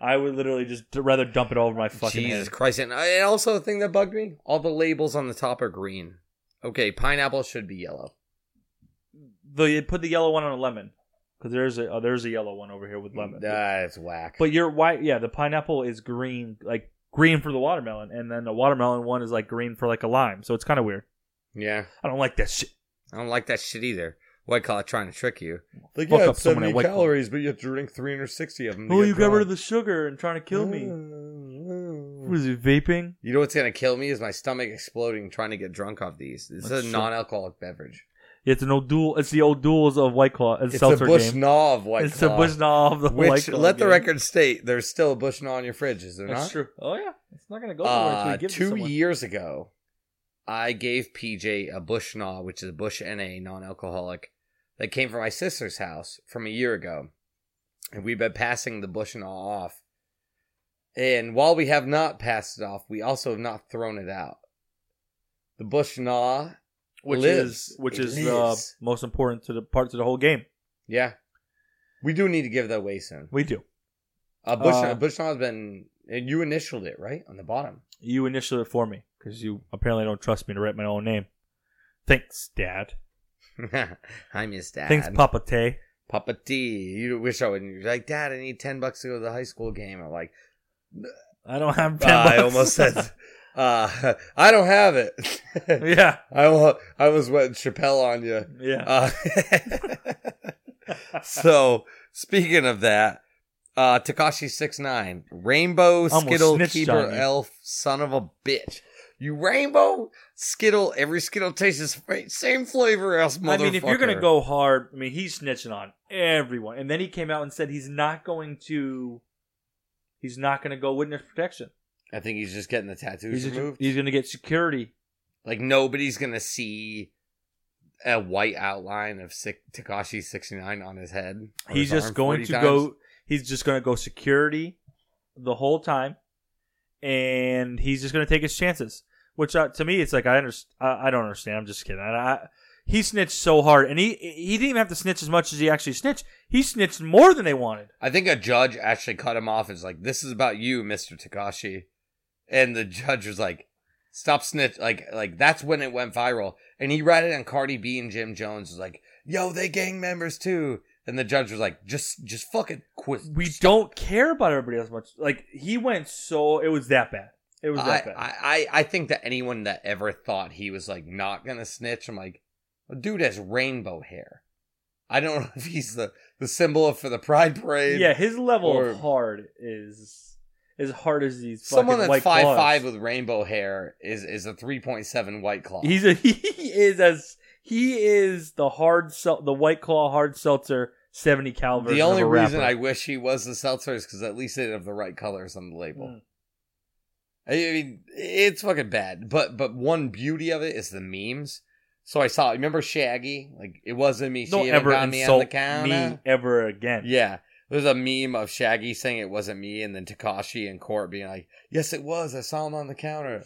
[SPEAKER 2] I would literally just d- rather dump it all over my fucking
[SPEAKER 3] Jesus
[SPEAKER 2] head.
[SPEAKER 3] Christ! And, I- and also the thing that bugged me: all the labels on the top are green. Okay, pineapple should be yellow.
[SPEAKER 2] They put the yellow one on a lemon because there's a oh, there's a yellow one over here with lemon.
[SPEAKER 3] That's whack.
[SPEAKER 2] But you're white. Yeah, the pineapple is green, like green for the watermelon, and then the watermelon one is like green for like a lime. So it's kind of weird.
[SPEAKER 3] yeah,
[SPEAKER 2] I don't like that shit.
[SPEAKER 3] I don't like that shit either. White collar trying to trick you. Like
[SPEAKER 2] Fuck yeah, up it's someone at 70 White Collar.
[SPEAKER 3] but you have to drink three hundred sixty of them.
[SPEAKER 2] Oh, you got rid of the sugar and trying to kill
[SPEAKER 3] Mm.
[SPEAKER 2] me. What
[SPEAKER 3] me.
[SPEAKER 2] is it, vaping?
[SPEAKER 3] You know what's gonna kill me is my stomach exploding trying to get drunk off these. This
[SPEAKER 2] That's
[SPEAKER 3] is a
[SPEAKER 2] true.
[SPEAKER 3] non-alcoholic beverage.
[SPEAKER 2] It's an old duel. It's the old duels of White Claw. It's,
[SPEAKER 3] It's a
[SPEAKER 2] seltzer
[SPEAKER 3] Bush
[SPEAKER 2] game.
[SPEAKER 3] Gnaw of White
[SPEAKER 2] it's
[SPEAKER 3] Claw.
[SPEAKER 2] a Bush Gnaw of the White
[SPEAKER 3] uh, Which,
[SPEAKER 2] Claw
[SPEAKER 3] let the
[SPEAKER 2] game.
[SPEAKER 3] record state, there's still a Bush Gnaw in your fridge, is there
[SPEAKER 2] That's
[SPEAKER 3] not?
[SPEAKER 2] true. Oh yeah, it's not gonna go anywhere until
[SPEAKER 3] Uh,
[SPEAKER 2] you give it to
[SPEAKER 3] two
[SPEAKER 2] someone.
[SPEAKER 3] years ago, I gave PJ a Bush Gnaw, which is a Bush NA non alcoholic, that came from my sister's house from a year ago. And we've been passing the Bush Gnaw off. And while we have not passed it off, we also have not thrown it out. The Bush Gnaw,
[SPEAKER 2] which
[SPEAKER 3] lives.
[SPEAKER 2] is which
[SPEAKER 3] It
[SPEAKER 2] is uh, the
[SPEAKER 3] lives.
[SPEAKER 2] most important to the part to the whole game.
[SPEAKER 3] yeah. We do need to give that away soon.
[SPEAKER 2] We do.
[SPEAKER 3] Uh, Bush,
[SPEAKER 2] Uh,
[SPEAKER 3] Bush Gnaw's been, and you initialed it, right? On the bottom.
[SPEAKER 2] You initial it for me because you apparently don't trust me to write my own name. Thanks, Dad.
[SPEAKER 3] I'm his dad.
[SPEAKER 2] Thanks, Papa Tay.
[SPEAKER 3] Papa T. You wish I wouldn't. You're like, Dad, I need 10 bucks to go to the high school game. I'm like,
[SPEAKER 2] I don't have. 10
[SPEAKER 3] "Ah, I
[SPEAKER 2] bucks."
[SPEAKER 3] almost said, uh, I don't have it.
[SPEAKER 2] yeah,
[SPEAKER 3] I, almost, I almost went Chappelle on you.
[SPEAKER 2] yeah.
[SPEAKER 3] Uh, so, speaking of that, uh, Takashi six nine Rainbow
[SPEAKER 2] Almost
[SPEAKER 3] Skittle
[SPEAKER 2] snitched
[SPEAKER 3] Keeper
[SPEAKER 2] on you.
[SPEAKER 3] Elf, son of a bitch. You rainbow Skittle, every Skittle tastes the fa- same flavor as motherfucker.
[SPEAKER 2] I mean, if you're gonna go hard, I mean, he's snitching on everyone, and then he came out and said he's not going to. He's not going to go witness protection.
[SPEAKER 3] I think he's just getting the tattoos
[SPEAKER 2] He's,
[SPEAKER 3] removed.
[SPEAKER 2] he's going to get security.
[SPEAKER 3] Like nobody's gonna see a white outline of sick Takashi sixty nine on his head. or
[SPEAKER 2] He's
[SPEAKER 3] his
[SPEAKER 2] just
[SPEAKER 3] arm
[SPEAKER 2] going
[SPEAKER 3] 40
[SPEAKER 2] to
[SPEAKER 3] times.
[SPEAKER 2] go. He's just going to go security the whole time, and he's just going to take his chances. Which uh, to me, it's like I understand. I, I don't understand. I'm just kidding. I, I, he snitched so hard, and he he didn't even have to snitch as much as he actually snitched. He snitched more than they wanted.
[SPEAKER 3] I think a judge actually cut him off. Is like, this is about you, Mister Takashi, and the judge was like, stop snitch. Like, like that's when it went viral. And he read it on Cardi B and Jim Jones was like, yo, they gang members too. And the judge was like, just, just fucking quit.
[SPEAKER 2] We don't care about everybody else much. Like he went so it was that bad. It was
[SPEAKER 3] I,
[SPEAKER 2] that bad.
[SPEAKER 3] I, I- I think that anyone that ever thought he was like not gonna snitch, I'm like, "The dude has rainbow hair. I don't know if he's the, the symbol for the pride parade.
[SPEAKER 2] yeah, his level
[SPEAKER 3] or-
[SPEAKER 2] of hard is as hard as these.
[SPEAKER 3] someone
[SPEAKER 2] fucking
[SPEAKER 3] that's
[SPEAKER 2] White
[SPEAKER 3] five
[SPEAKER 2] Claws.
[SPEAKER 3] five with rainbow hair is is a three point seven white claw.
[SPEAKER 2] He's a, he is as he is the hard sel- the white claw hard seltzer seventy cal version.
[SPEAKER 3] the only
[SPEAKER 2] of a
[SPEAKER 3] reason I
[SPEAKER 2] rapper.
[SPEAKER 3] wish he was the seltzer is because at least they have the right colors on the label.
[SPEAKER 2] Mm.
[SPEAKER 3] I mean, it's fucking bad. But but one beauty of it is the memes. So I saw. Remember Shaggy? Like it wasn't me.
[SPEAKER 2] don't
[SPEAKER 3] she
[SPEAKER 2] ever
[SPEAKER 3] got me on the
[SPEAKER 2] insult me,
[SPEAKER 3] counter.
[SPEAKER 2] ever again.
[SPEAKER 3] Yeah. There's a meme of Shaggy saying it wasn't me and then Takashi in court being like, Yes it was, I saw him on the counter.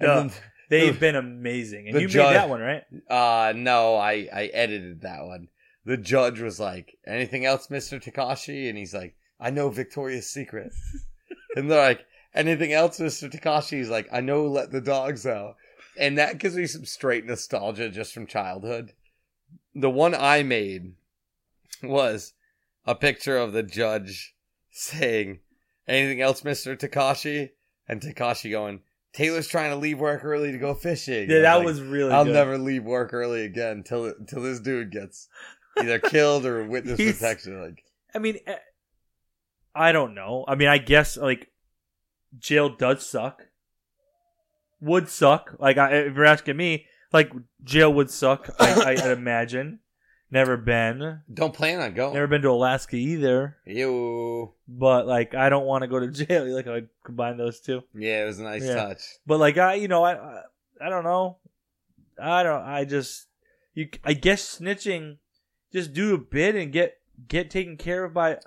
[SPEAKER 3] And
[SPEAKER 2] They've been amazing, and
[SPEAKER 3] The
[SPEAKER 2] you
[SPEAKER 3] judge-
[SPEAKER 2] made that one right.
[SPEAKER 3] then uh no, I, I edited that one. The judge was like, Anything else, Mr. Takashi? And he's like, I know Victoria's Secret. and they're like, Anything else, Mr. Takashi? He's like, I know let the dogs out. And that gives me some straight nostalgia just from childhood. The one I made was a picture of the judge saying, Anything else, Mr. Takashi? And Takashi going, Taylor's trying to leave work early to go fishing.
[SPEAKER 2] Yeah,
[SPEAKER 3] I'm
[SPEAKER 2] that
[SPEAKER 3] like,
[SPEAKER 2] was really.
[SPEAKER 3] I'll
[SPEAKER 2] good.
[SPEAKER 3] never leave work early again until until this dude gets either killed or witness
[SPEAKER 2] He's-
[SPEAKER 3] protection. Like
[SPEAKER 2] I mean, eh, I don't know. I mean, I guess like jail does suck. Would suck. Like, I, if you're asking me, like jail would suck. I, I imagine. Never been.
[SPEAKER 3] don't plan on going.
[SPEAKER 2] Never been to Alaska either.
[SPEAKER 3] Ew.
[SPEAKER 2] but like I don't want to go to jail. Like I combine those two,
[SPEAKER 3] Yeah, it was a nice
[SPEAKER 2] Yeah.
[SPEAKER 3] touch.
[SPEAKER 2] but like I, you know, I, I, I don't know, I don't, I just, you, I guess snitching, just do a bit and get get taken care of by.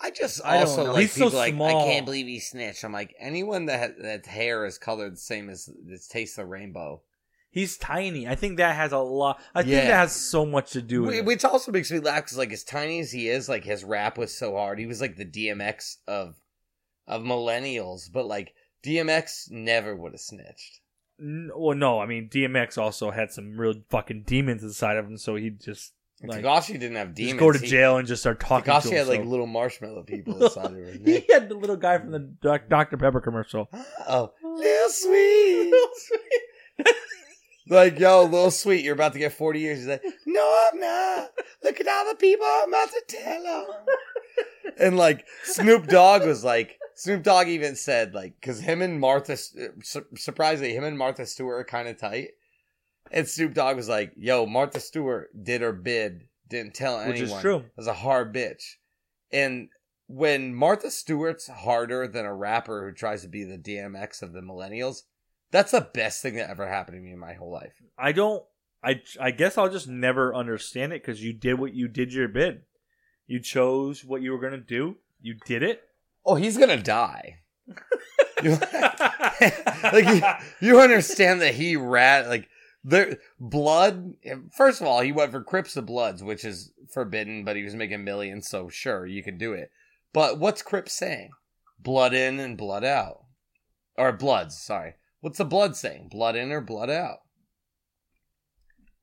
[SPEAKER 3] I just
[SPEAKER 2] I don't
[SPEAKER 3] also
[SPEAKER 2] know.
[SPEAKER 3] like
[SPEAKER 2] He's so
[SPEAKER 3] people like I
[SPEAKER 2] small.
[SPEAKER 3] can't believe he snitched. I'm like anyone that ha- that hair is colored the same as this taste of rainbow,
[SPEAKER 2] He's tiny. I think that has a lot. I think
[SPEAKER 3] Yeah.
[SPEAKER 2] that has so much to do with.
[SPEAKER 3] Wh-
[SPEAKER 2] it.
[SPEAKER 3] which also makes me laugh because like as tiny as he is, like his rap was so hard. He was like the DMX of of millennials, but like DMX never would have snitched.
[SPEAKER 2] N- well, no, I mean DMX also had some real fucking demons inside of him, so he just
[SPEAKER 3] And
[SPEAKER 2] Like,
[SPEAKER 3] Takashi didn't have demons.
[SPEAKER 2] just go to
[SPEAKER 3] He-
[SPEAKER 2] jail and just start talking.
[SPEAKER 3] Takashi
[SPEAKER 2] to
[SPEAKER 3] had like
[SPEAKER 2] himself.
[SPEAKER 3] little marshmallow people inside of him.
[SPEAKER 2] he had the little guy from the Doc- Dr Pepper commercial.
[SPEAKER 3] Oh, little sweet, like yo, little sweet, you're about to get forty years. He's like, no, I'm not. Look at all the people I'm about to tell 'em." And like Snoop Dogg was like, Snoop Dogg even uh, said like, because him and Martha, su- surprisingly, him and Martha Stewart are kind of tight. And Snoop Dogg was like, "Yo, Martha Stewart did her bid, didn't tell anyone."
[SPEAKER 2] Which is true.
[SPEAKER 3] As a hard bitch, and when Martha Stewart's harder than a rapper who tries to be the DMX of the millennials, that's the best thing that ever happened to me in my whole life.
[SPEAKER 2] I don't. I I guess I'll just never understand it because you did what you did your bid. You chose what you were gonna do. You did it.
[SPEAKER 3] Oh, he's gonna die. You- like you, you understand that he rat like there blood. First of all, he went for Crips to Bloods, which is forbidden, but he was making millions, so sure you could do it. But what's Crips saying? Blood in and blood out, or Bloods. Sorry, what's the blood saying? Blood in or blood out?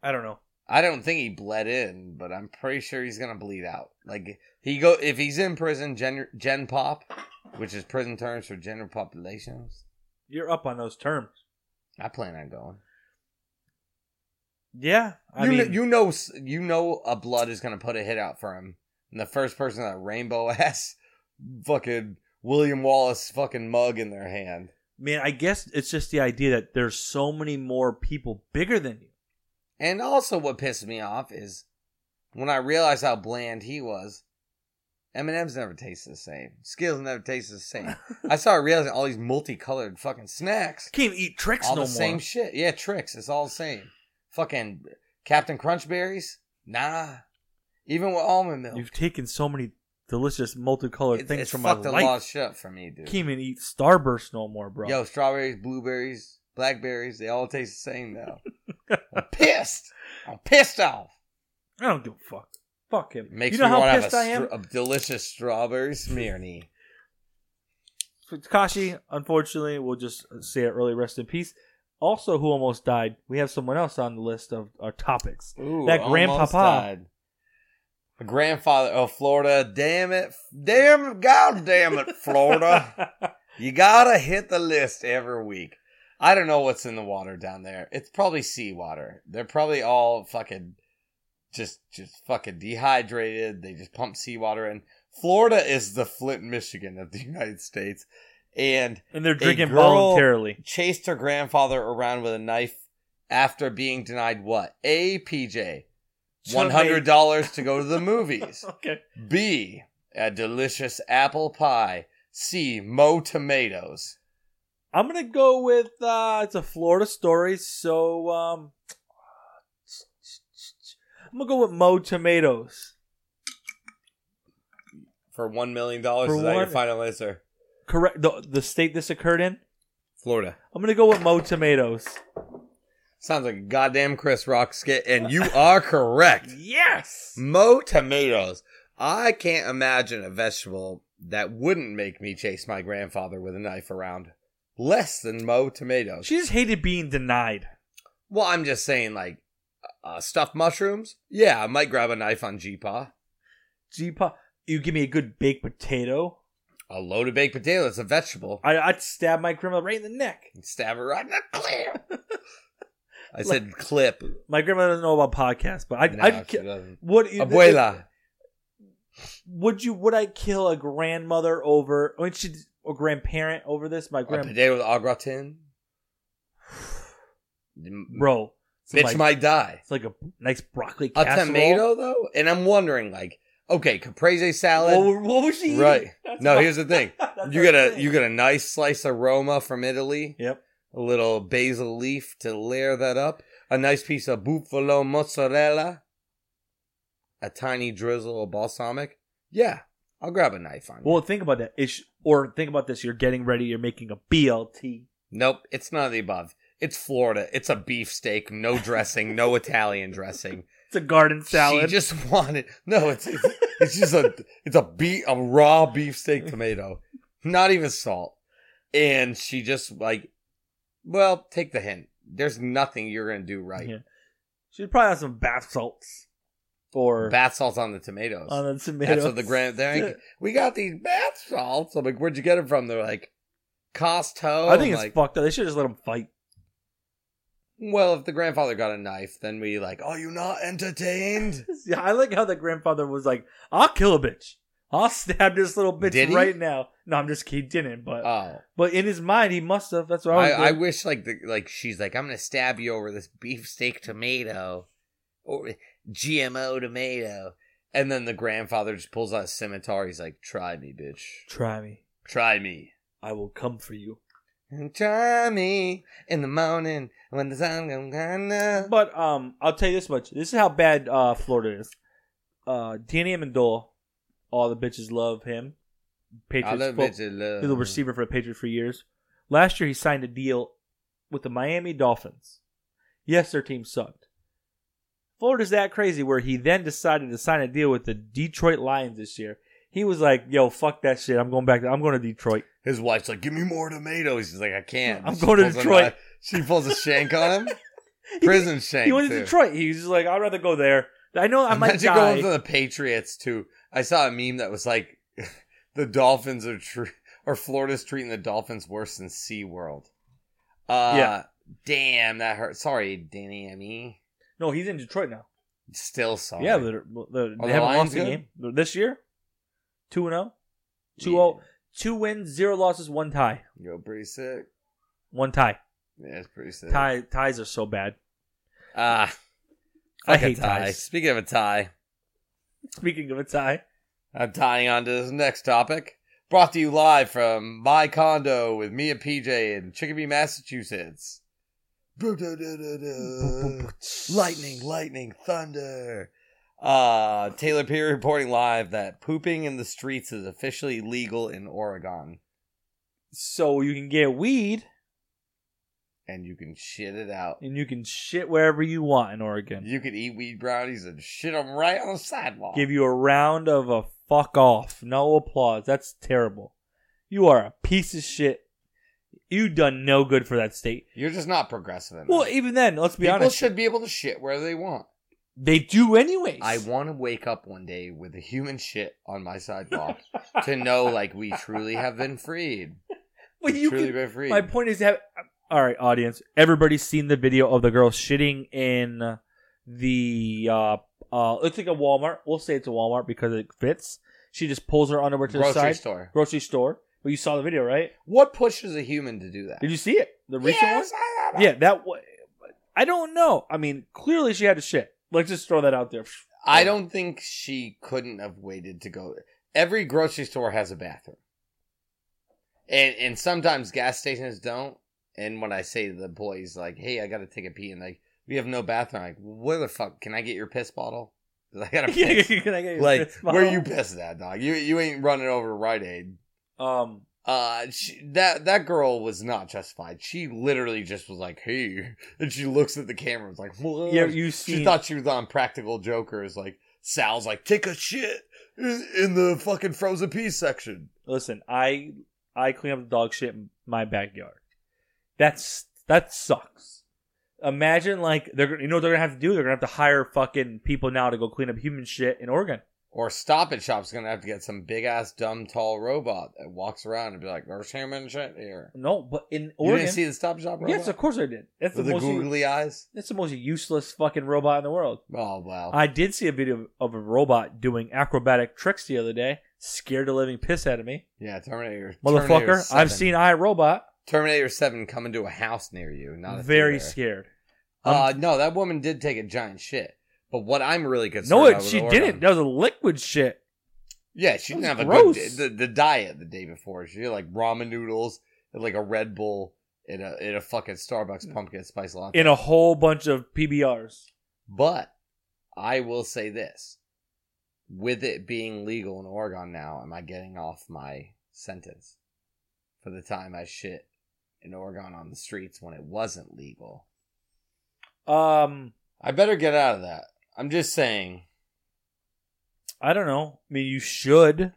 [SPEAKER 2] I don't know.
[SPEAKER 3] I don't think he bled in, but I'm pretty sure he's gonna bleed out. Like he go if he's in prison, gen, gen pop, which is prison terms for general populations.
[SPEAKER 2] You're up on those terms.
[SPEAKER 3] I plan on going.
[SPEAKER 2] Yeah, I
[SPEAKER 3] you,
[SPEAKER 2] mean,
[SPEAKER 3] know, you know, s- you know, a blood is gonna put a hit out for him, and the first person that rainbow ass fucking William Wallace fucking mug in their hand.
[SPEAKER 2] man. I guess it's just the idea that there's so many more people bigger than you.
[SPEAKER 3] And also, what pissed me off is when I realized how bland he was. M and M's never taste the same. Skittles never taste the same. I started realizing all these multicolored fucking snacks,
[SPEAKER 2] Can't even eat tricks
[SPEAKER 3] all
[SPEAKER 2] no
[SPEAKER 3] the
[SPEAKER 2] more.
[SPEAKER 3] same shit. Yeah, tricks. It's all the same. Fucking Captain Crunch berries. Nah. Even with almond milk,
[SPEAKER 2] You've taken so many delicious multicolored
[SPEAKER 3] It-
[SPEAKER 2] things
[SPEAKER 3] it's
[SPEAKER 2] from my
[SPEAKER 3] fucked a lot
[SPEAKER 2] life.
[SPEAKER 3] shut for me, dude.
[SPEAKER 2] Can't even eat Starburst no more, bro.
[SPEAKER 3] Yo, strawberries, blueberries, blackberries, they all taste the same now. I'm pissed. I'm pissed off.
[SPEAKER 2] I don't give a fuck. Fuck him.
[SPEAKER 3] It makes
[SPEAKER 2] you know
[SPEAKER 3] me
[SPEAKER 2] how
[SPEAKER 3] want to
[SPEAKER 2] pissed
[SPEAKER 3] have a,
[SPEAKER 2] I am.
[SPEAKER 3] str- a delicious strawberry smearney.
[SPEAKER 2] Takashi, unfortunately, we'll just say it early. Rest in peace. Also, who almost died? We have someone else on the list of our topics.
[SPEAKER 3] Ooh,
[SPEAKER 2] That
[SPEAKER 3] almost
[SPEAKER 2] grandpapa.
[SPEAKER 3] died. The grandfather of Florida. Damn it. Damn it. God damn it, Florida. you gotta hit the list every week. I don't know what's in the water down there. It's probably seawater. They're probably all fucking just just fucking dehydrated. They just pump seawater in. Florida is the Flint, Michigan of the United States. And
[SPEAKER 2] and they're
[SPEAKER 3] A
[SPEAKER 2] drinking
[SPEAKER 3] girl-
[SPEAKER 2] voluntarily.
[SPEAKER 3] chased her grandfather around with a knife after being denied what? A PJ. One hundred dollars to go to the movies.
[SPEAKER 2] Okay.
[SPEAKER 3] B a delicious apple pie. C mo tomatoes.
[SPEAKER 2] I'm gonna go with uh it's a Florida story, so um I'm gonna go with Mo Tomatoes.
[SPEAKER 3] For one million dollars,
[SPEAKER 2] For
[SPEAKER 3] is that your
[SPEAKER 2] one-
[SPEAKER 3] final answer?
[SPEAKER 2] Correct the, the state this occurred in?
[SPEAKER 3] Florida.
[SPEAKER 2] I'm gonna go with Mo Tomatoes.
[SPEAKER 3] Sounds like a goddamn Chris Rock skit, and you are correct.
[SPEAKER 2] Yes.
[SPEAKER 3] Mo tomatoes. I can't imagine a vegetable that wouldn't make me chase my grandfather with a knife around less than mo tomatoes.
[SPEAKER 2] She just hated being denied.
[SPEAKER 3] Well, I'm just saying, like, uh, stuffed mushrooms? Yeah, I might grab a knife on Jeepaw.
[SPEAKER 2] Gee, pa, you give me a good baked potato.
[SPEAKER 3] A loaded baked potato, it's a vegetable.
[SPEAKER 2] I, I'd stab my grandmother right in the neck.
[SPEAKER 3] Stab it right in the clip. I said clip.
[SPEAKER 2] My grandmother doesn't know about podcasts, but I'd,
[SPEAKER 3] No,
[SPEAKER 2] I'd
[SPEAKER 3] she
[SPEAKER 2] ki-
[SPEAKER 3] doesn't.
[SPEAKER 2] would you-
[SPEAKER 3] Abuela.
[SPEAKER 2] Would you? Would I kill a grandmother over? I mean, she or grandparent over this? My
[SPEAKER 3] A
[SPEAKER 2] grand
[SPEAKER 3] potato with au gratin.
[SPEAKER 2] bro. It's
[SPEAKER 3] Bitch
[SPEAKER 2] like,
[SPEAKER 3] might die.
[SPEAKER 2] it's like a nice broccoli
[SPEAKER 3] A
[SPEAKER 2] casserole.
[SPEAKER 3] tomato, though? And I'm wondering, like, okay, caprese salad.
[SPEAKER 2] What, what was she eating?
[SPEAKER 3] right.
[SPEAKER 2] That's
[SPEAKER 3] No,
[SPEAKER 2] what-
[SPEAKER 3] here's the thing.
[SPEAKER 2] that's
[SPEAKER 3] You
[SPEAKER 2] what I'm
[SPEAKER 3] get a
[SPEAKER 2] saying.
[SPEAKER 3] you get a nice slice of Roma from Italy.
[SPEAKER 2] Yep.
[SPEAKER 3] a little basil leaf to layer that up, a nice piece of buffalo mozzarella, a tiny drizzle of balsamic. Yeah, I'll grab a knife on. you.
[SPEAKER 2] Well, think about that. It's, or think about this. You're getting ready. You're making a BLT.
[SPEAKER 3] nope, it's none of the above. It's Florida. It's a beefsteak, no dressing, no Italian dressing.
[SPEAKER 2] It's a garden salad.
[SPEAKER 3] She just wanted no. It's it's, it's just a it's a beef a raw beefsteak tomato, not even salt, and she just like, well, take the hint. There's nothing you're gonna do right.
[SPEAKER 2] Yeah. She's probably on some bath salts or
[SPEAKER 3] Bath salts on the tomatoes.
[SPEAKER 2] on the tomatoes.
[SPEAKER 3] That's what the grand. They're like, we got these bath salts. I'm like, where'd you get them from? They're like, Costco.
[SPEAKER 2] I think
[SPEAKER 3] I'm
[SPEAKER 2] it's
[SPEAKER 3] like,
[SPEAKER 2] fucked up. They should just let them fight.
[SPEAKER 3] well, if the grandfather got a knife, then we like, are you not entertained?
[SPEAKER 2] Yeah, I like how the grandfather was like, "I'll kill a bitch. I'll stab this little
[SPEAKER 3] Did
[SPEAKER 2] bitch
[SPEAKER 3] he?
[SPEAKER 2] right now. No, I'm just kidding. He didn't, but
[SPEAKER 3] Oh,
[SPEAKER 2] but in his mind, he must have. That's what I
[SPEAKER 3] I,
[SPEAKER 2] was.
[SPEAKER 3] I
[SPEAKER 2] doing.
[SPEAKER 3] wish like the, like she's like I'm gonna stab you over this beefsteak tomato, or GMO tomato, and then the grandfather just pulls out a scimitar. He's like, "Try me, bitch.
[SPEAKER 2] Try me.
[SPEAKER 3] Try me.
[SPEAKER 2] I will come for you.
[SPEAKER 3] Try me in the morning when the sun comes down."
[SPEAKER 2] But um, I'll tell you this much: this is how bad uh, Florida is. Uh, Danny Amendola, all the bitches love him.
[SPEAKER 3] I
[SPEAKER 2] Patriots,
[SPEAKER 3] love
[SPEAKER 2] fo-
[SPEAKER 3] bitches love.
[SPEAKER 2] He's a receiver for the Patriots for years. Last year, he signed a deal with the Miami Dolphins. Yes, their team sucked. Florida's that crazy where he then decided to sign a deal with the Detroit Lions this year. He was like, "Yo, fuck that shit. I'm going back. To, I'm going to Detroit."
[SPEAKER 3] His wife's like, "Give me more tomatoes." He's like, "I can't."
[SPEAKER 2] I'm
[SPEAKER 3] She
[SPEAKER 2] going to
[SPEAKER 3] pulls a
[SPEAKER 2] Detroit.
[SPEAKER 3] knife- She pulls a shank on him. Prison shank.
[SPEAKER 2] He went to
[SPEAKER 3] too.
[SPEAKER 2] Detroit. He was just like, "I'd rather go there. I know I might
[SPEAKER 3] Imagine
[SPEAKER 2] die."
[SPEAKER 3] going to the Patriots too. I saw a meme that was like, the Dolphins are true, or Florida's treating the Dolphins worse than SeaWorld. Uh,
[SPEAKER 2] Yeah.
[SPEAKER 3] Damn, that hurt. Sorry, Danny. I mean,
[SPEAKER 2] no, he's in Detroit now.
[SPEAKER 3] still sorry.
[SPEAKER 2] Yeah, they're, they're,
[SPEAKER 3] Are
[SPEAKER 2] they
[SPEAKER 3] the
[SPEAKER 2] haven't
[SPEAKER 3] Lions
[SPEAKER 2] lost a
[SPEAKER 3] good?
[SPEAKER 2] game They're- this year. Two and zero, two
[SPEAKER 3] Yeah.
[SPEAKER 2] zero, two wins, zero losses, one tie,
[SPEAKER 3] Yo, pretty sick.
[SPEAKER 2] one tie.
[SPEAKER 3] Yeah, it's pretty sick.
[SPEAKER 2] Tie ties are so bad.
[SPEAKER 3] Ah,
[SPEAKER 2] I
[SPEAKER 3] fuck a
[SPEAKER 2] hate
[SPEAKER 3] tie.
[SPEAKER 2] ties.
[SPEAKER 3] Speaking of a tie,
[SPEAKER 2] Speaking of a tie,
[SPEAKER 3] I'm tying on to this next topic. Brought to you live from my condo with me and PJ in Chicopee, Massachusetts. lightning, lightning, thunder. Uh, Taylor Peer reporting live that pooping in the streets is officially legal in Oregon,
[SPEAKER 2] so you can get weed
[SPEAKER 3] and you can shit it out.
[SPEAKER 2] and you can shit wherever you want in Oregon.
[SPEAKER 3] You can eat weed brownies and shit them right on the sidewalk.
[SPEAKER 2] Give you a round of a fuck off. No applause. That's terrible. You are a piece of shit. You done no good for that state.
[SPEAKER 3] You're just not progressive enough.
[SPEAKER 2] Well, even then, let's be
[SPEAKER 3] People
[SPEAKER 2] honest.
[SPEAKER 3] should be able to shit where they want.
[SPEAKER 2] they do anyways.
[SPEAKER 3] I want to wake up one day with a human shit on my sidewalk to know, like, we truly have been freed.
[SPEAKER 2] Well,
[SPEAKER 3] We've
[SPEAKER 2] you
[SPEAKER 3] truly
[SPEAKER 2] can-
[SPEAKER 3] been freed.
[SPEAKER 2] My point is that all right, audience. Everybody's seen the video of the girl shitting in the uh uh it's like a Walmart. We'll say it's a Walmart because it fits. She just pulls her underwear to
[SPEAKER 3] grocery
[SPEAKER 2] the side.
[SPEAKER 3] store.
[SPEAKER 2] Grocery store. But you saw the video, right?
[SPEAKER 3] What pushes a human to do that?
[SPEAKER 2] Did you see it? The recent
[SPEAKER 3] Yes, I love
[SPEAKER 2] one?
[SPEAKER 3] it.
[SPEAKER 2] Yeah, that wa I don't know. I mean, clearly she had to shit. Let's just throw that out there.
[SPEAKER 3] I don't think she couldn't have waited to go. Every grocery store has a bathroom, and and sometimes gas stations don't. And when I say to the boys, like, "Hey, I got to take a pee," and like, "We have no bathroom," like, "Where the fuck can I get your piss bottle?" 'Cause I got to
[SPEAKER 2] Can I
[SPEAKER 3] piss.
[SPEAKER 2] get your
[SPEAKER 3] like,
[SPEAKER 2] fist bump?
[SPEAKER 3] where you pissing at, dog? You you ain't running over to Rite Aid.
[SPEAKER 2] Um,
[SPEAKER 3] Uh, she, that that girl was not justified. She literally just was like, "Hey," and she looks at the camera, and was like, "What?"
[SPEAKER 2] yeah, you
[SPEAKER 3] She
[SPEAKER 2] seen
[SPEAKER 3] thought she was on Practical Jokers. Like Sal's like, take a shit in in the fucking frozen peas section.
[SPEAKER 2] listen, I I clean up the dog shit in my backyard. That's that sucks. Imagine like they're gonna- you know what they're gonna have to do? They're gonna have to hire fucking people now to go clean up human shit in Oregon.
[SPEAKER 3] Or Stop It Shop's gonna have to get some big ass dumb tall robot that walks around and be like, "There's human shit here."
[SPEAKER 2] No, but in
[SPEAKER 3] You
[SPEAKER 2] Oregon,
[SPEAKER 3] didn't see the Stop It Shop robot?
[SPEAKER 2] yes, of course I did. That's the,
[SPEAKER 3] With the
[SPEAKER 2] most u-
[SPEAKER 3] googly eyes.
[SPEAKER 2] that's the most useless fucking robot in the world.
[SPEAKER 3] Oh wow.
[SPEAKER 2] I did see a video of a robot doing acrobatic tricks the other day. Scared the living piss out of me,
[SPEAKER 3] yeah, Terminator. Terminator
[SPEAKER 2] motherfucker.
[SPEAKER 3] 7.
[SPEAKER 2] I've seen iRobot.
[SPEAKER 3] Terminator Seven coming to a house near you. Not a
[SPEAKER 2] Very
[SPEAKER 3] theater.
[SPEAKER 2] scared.
[SPEAKER 3] Uh, no, that woman did take a giant shit. But what I'm really concerned
[SPEAKER 2] No,
[SPEAKER 3] about
[SPEAKER 2] it,
[SPEAKER 3] with
[SPEAKER 2] she
[SPEAKER 3] Oregon-
[SPEAKER 2] didn't. That was a liquid shit.
[SPEAKER 3] Yeah, she
[SPEAKER 2] That
[SPEAKER 3] didn't
[SPEAKER 2] was
[SPEAKER 3] have a
[SPEAKER 2] gross.
[SPEAKER 3] good the, the diet the day before. She had like ramen noodles and like a Red Bull in a in a fucking Starbucks pumpkin spice latte.
[SPEAKER 2] in a whole bunch of PBRs.
[SPEAKER 3] but I will say this: with it being legal in Oregon now, am I getting off my sentence for the time I shit in Oregon on the streets when it wasn't legal?
[SPEAKER 2] Um,
[SPEAKER 3] I better get out of that. I'm just saying.
[SPEAKER 2] I don't know. I mean, you should.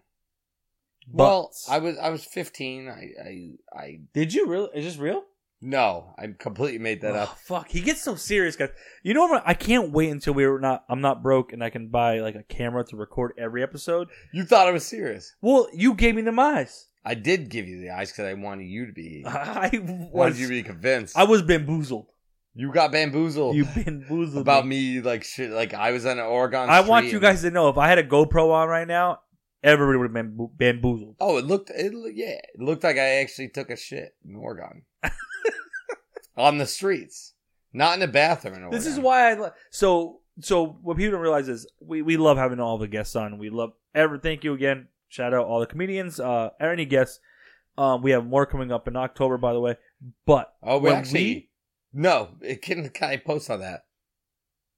[SPEAKER 2] But
[SPEAKER 3] Well, I was I was 15. I I, I
[SPEAKER 2] did you really? Is this real?
[SPEAKER 3] no, I completely made that up.
[SPEAKER 2] Oh, fuck, he gets so serious, guys. You know what? I can't wait until we're not. I'm not broke, and I can buy like a camera to record every episode.
[SPEAKER 3] You thought I was serious.
[SPEAKER 2] Well, you gave me the eyes.
[SPEAKER 3] I did give you the eyes because I wanted you to be. I
[SPEAKER 2] I
[SPEAKER 3] wanted
[SPEAKER 2] was.
[SPEAKER 3] you to be convinced.
[SPEAKER 2] I was bamboozled.
[SPEAKER 3] you got bamboozled
[SPEAKER 2] You bamboozled
[SPEAKER 3] about me, like shit. Like I was on an Oregon.
[SPEAKER 2] I want
[SPEAKER 3] street
[SPEAKER 2] you
[SPEAKER 3] and-
[SPEAKER 2] guys to know if I had a GoPro on right now everybody would have been bamboo- bamboozled.
[SPEAKER 3] Oh, it looked it loo- yeah, it looked like I actually took a shit in Oregon on the streets, not in a bathroom. In Oregon.
[SPEAKER 2] This is why I li- so so what people don't realize is we, we love having all the guests on. We love ever thank you again. Shout out all the comedians, uh any guests. Um we have more coming up in October by the way. But
[SPEAKER 3] Oh, we
[SPEAKER 2] when
[SPEAKER 3] actually
[SPEAKER 2] we-
[SPEAKER 3] no. It can can I post on that?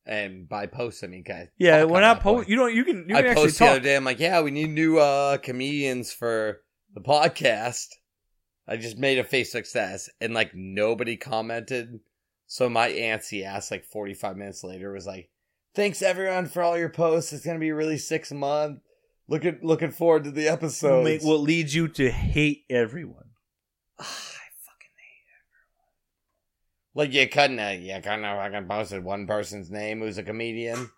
[SPEAKER 3] And by post, I mean guys.
[SPEAKER 2] yeah,
[SPEAKER 3] talk
[SPEAKER 2] we're
[SPEAKER 3] on
[SPEAKER 2] not
[SPEAKER 3] that
[SPEAKER 2] po-
[SPEAKER 3] point.
[SPEAKER 2] you don't you can you
[SPEAKER 3] Oh, I
[SPEAKER 2] can actually
[SPEAKER 3] posted the other
[SPEAKER 2] talk.
[SPEAKER 3] day. I'm like, yeah, we need new uh, comedians for the podcast. I just made a Facebook status, and like nobody commented. So my antsy ass, like 45 minutes later, was like, "Thanks everyone for all your posts. It's gonna be a really six month. Looking looking forward to the
[SPEAKER 2] So
[SPEAKER 3] episode.
[SPEAKER 2] what leads you to hate everyone?
[SPEAKER 3] I fucking hate everyone. Like you couldn't, uh, you couldn't have fucking posted one person's name who's a comedian.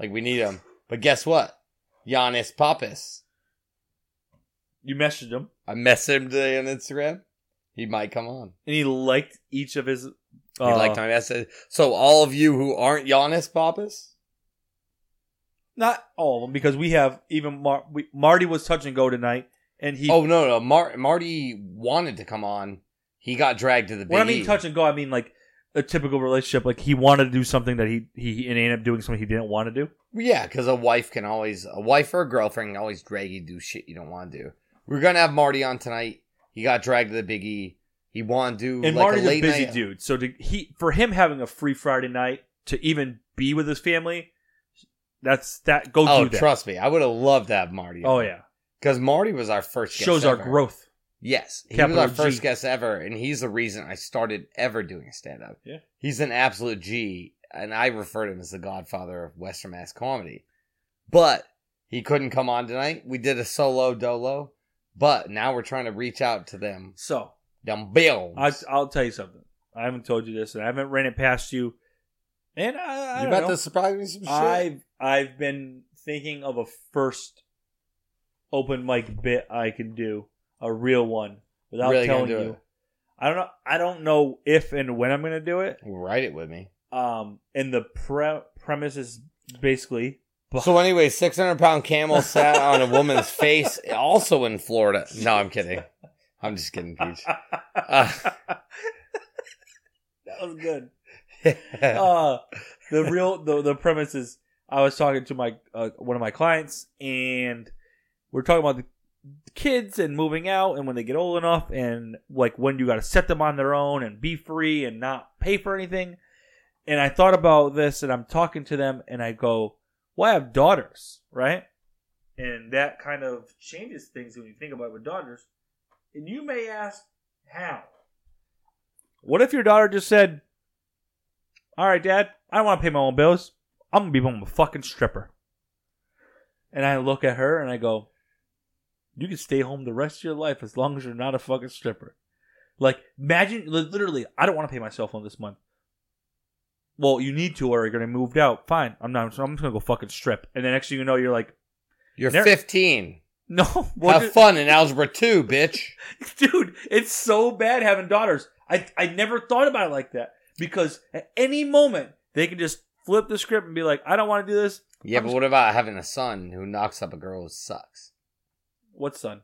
[SPEAKER 3] Like we need him, but guess what? Giannis Pappas.
[SPEAKER 2] You messaged him
[SPEAKER 3] I messaged him today on Instagram. He might come on.
[SPEAKER 2] and he liked each of his
[SPEAKER 3] He
[SPEAKER 2] uh,
[SPEAKER 3] liked my message. So all of you who aren't Giannis Pappas,
[SPEAKER 2] not all of them because we have even Mar- we, Marty was touch and go tonight and he
[SPEAKER 3] oh no, no, Mar- Marty wanted to come on. He got dragged to the big.
[SPEAKER 2] When I mean
[SPEAKER 3] E.
[SPEAKER 2] touch and go, I mean like a typical relationship. Like he wanted to do something that he he and he ended up doing something he didn't want to do.
[SPEAKER 3] yeah, because a wife can always a wife or a girlfriend can always drag you to do shit you don't want to do. We're gonna have Marty on tonight. He got dragged to the big E. He wanted to do
[SPEAKER 2] And
[SPEAKER 3] like
[SPEAKER 2] Marty's
[SPEAKER 3] a
[SPEAKER 2] a,
[SPEAKER 3] late
[SPEAKER 2] busy
[SPEAKER 3] night.
[SPEAKER 2] dude, so to, he for him having a free Friday night to even be with his family, that's that go
[SPEAKER 3] Oh,
[SPEAKER 2] do that.
[SPEAKER 3] trust me, I would have loved to have Marty.
[SPEAKER 2] Oh yeah,
[SPEAKER 3] because Marty was our first. guest
[SPEAKER 2] shows our
[SPEAKER 3] ever.
[SPEAKER 2] growth.
[SPEAKER 3] Yes, he
[SPEAKER 2] Capital
[SPEAKER 3] was our
[SPEAKER 2] G.
[SPEAKER 3] first guest ever, and he's the reason I started ever doing stand up.
[SPEAKER 2] Yeah.
[SPEAKER 3] he's an absolute G, and I refer to him as the Godfather of Western Mass comedy. But he couldn't come on tonight. We did a solo dolo, but now we're trying to reach out to them.
[SPEAKER 2] So
[SPEAKER 3] Them bills.
[SPEAKER 2] I, I'll tell you something. I haven't told you this, and I haven't ran it past you. And I, I
[SPEAKER 3] you
[SPEAKER 2] don't
[SPEAKER 3] about
[SPEAKER 2] know.
[SPEAKER 3] to surprise me some shit.
[SPEAKER 2] I've I've been thinking of a first open mic bit I can do, a real one, without
[SPEAKER 3] Really gonna
[SPEAKER 2] telling
[SPEAKER 3] do
[SPEAKER 2] you.
[SPEAKER 3] it?
[SPEAKER 2] I don't know. I don't know if and when I'm gonna do it.
[SPEAKER 3] Write it with me.
[SPEAKER 2] Um, and the pre- premise is basically
[SPEAKER 3] So anyway, six hundred pound camel sat on a woman's face, also in Florida. No, I'm kidding. I'm just kidding, Peach. Ah.
[SPEAKER 2] that was good. uh, the real the, the premise is I was talking to my uh, one of my clients and we're talking about the kids and moving out and when they get old enough and like when you got to set them on their own and be free and not pay for anything. And I thought about this and I'm talking to them and I go, "Well, I have daughters, right?" And that kind of changes things when you think about it with daughters. And you may ask, "How?" What if your daughter just said, all right, Dad, I don't want to pay my own bills. I'm gonna become a fucking stripper. And I look at her and I go, "You can stay home the rest of your life as long as you're not a fucking stripper." Like, imagine li- literally, I don't want to pay my cell phone this month. Well, you need to, or you're gonna move out. Fine, I'm not. I'm just gonna go fucking strip. And then next thing you know, you're like,
[SPEAKER 3] You're
[SPEAKER 2] There-
[SPEAKER 3] 15.
[SPEAKER 2] "No, what
[SPEAKER 3] Have
[SPEAKER 2] the-
[SPEAKER 3] fun in algebra 2, bitch.
[SPEAKER 2] dude it's so bad having daughters i i never thought about it like that because at any moment they can just flip the script and be like i don't want to do this
[SPEAKER 3] Yeah,
[SPEAKER 2] I'm
[SPEAKER 3] but
[SPEAKER 2] just-
[SPEAKER 3] what about having a son who knocks up a girl who sucks?
[SPEAKER 2] what son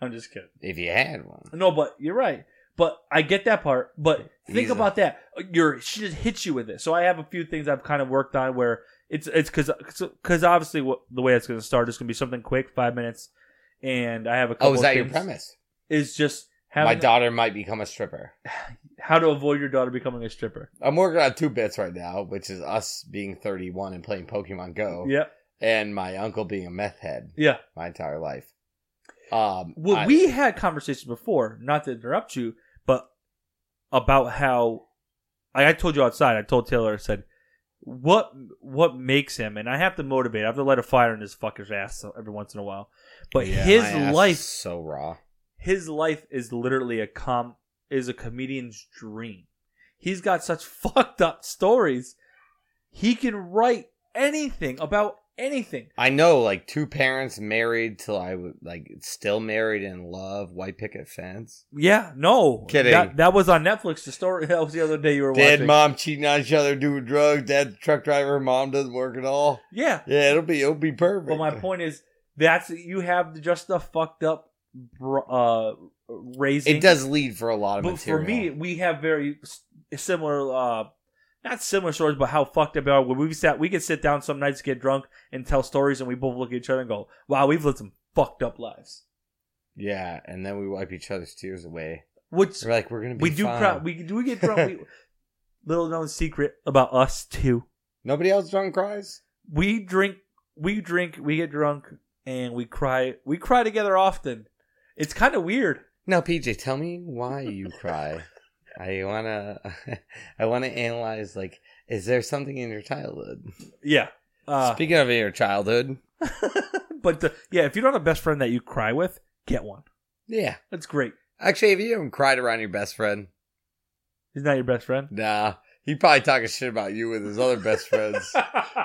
[SPEAKER 2] i'm just kidding
[SPEAKER 3] If you had one.
[SPEAKER 2] no but you're right but i get that part but think
[SPEAKER 3] He's a-
[SPEAKER 2] about that you're she just hits you with it so i have a few things i've kind of worked on where it's it's because because obviously what the way it's going to start is going to be something quick five minutes and i have a couple
[SPEAKER 3] Oh, is that your
[SPEAKER 2] things.
[SPEAKER 3] premise?
[SPEAKER 2] is just
[SPEAKER 3] My
[SPEAKER 2] having
[SPEAKER 3] daughter might become a stripper.
[SPEAKER 2] how to avoid your daughter becoming a stripper
[SPEAKER 3] I'm working on two bits right now, which is us being 31 and playing Pokemon Go,
[SPEAKER 2] yeah
[SPEAKER 3] and my uncle being a meth head
[SPEAKER 2] yeah
[SPEAKER 3] my entire life. Um,
[SPEAKER 2] Well,
[SPEAKER 3] I-
[SPEAKER 2] we had conversations before, not to interrupt you, but about how I, I told you outside. I told Taylor, I said, "What what makes him?" And I have to motivate. I have to light a fire in his fucker's ass every once in a while. But
[SPEAKER 3] Yeah,
[SPEAKER 2] his
[SPEAKER 3] my ass is
[SPEAKER 2] life,
[SPEAKER 3] so raw.
[SPEAKER 2] his life is literally a com is a comedian's dream. He's got such fucked up stories. He can write anything about anything.
[SPEAKER 3] I know, like two parents married till I was like still married in love, white picket fence.
[SPEAKER 2] Yeah, no,
[SPEAKER 3] Kidding.
[SPEAKER 2] That, that was on Netflix. The story that was the other day you were
[SPEAKER 3] Dad,
[SPEAKER 2] watching.
[SPEAKER 3] mom cheating on each other, doing drugs. Dad, truck driver. Mom doesn't work at all.
[SPEAKER 2] Yeah.
[SPEAKER 3] Yeah, it'll be it'll be perfect.
[SPEAKER 2] But my point is That's you have the- just the fucked up br- uh, raising.
[SPEAKER 3] It does lead for a lot of
[SPEAKER 2] but
[SPEAKER 3] material.
[SPEAKER 2] for me, we have very s- similar, uh, not similar stories, but how fucked up we are. When we sat, we could sit down some nights, get drunk, and tell stories, and we both look at each other and go, "Wow, we've lived some fucked up lives."
[SPEAKER 3] yeah, and then we wipe each other's tears away.
[SPEAKER 2] Which
[SPEAKER 3] We're like, we're gonna be
[SPEAKER 2] we do,
[SPEAKER 3] fine.
[SPEAKER 2] pro- we do we get drunk. we, little known secret about us too.
[SPEAKER 3] Nobody else drunk cries.
[SPEAKER 2] we drink we drink we get drunk and we cry we cry together often it's kind of weird
[SPEAKER 3] Now, PJ, tell me why you cry. I wanna, I wanna analyze. Like, is there something in your childhood?
[SPEAKER 2] yeah uh,
[SPEAKER 3] Speaking of your childhood,
[SPEAKER 2] but the, yeah if you don't have a best friend that you cry with get one
[SPEAKER 3] yeah.
[SPEAKER 2] that's great
[SPEAKER 3] Actually, have you ever cried around your best friend?
[SPEAKER 2] he's not your best friend
[SPEAKER 3] Nah, he probably talking shit about you with his other best friends.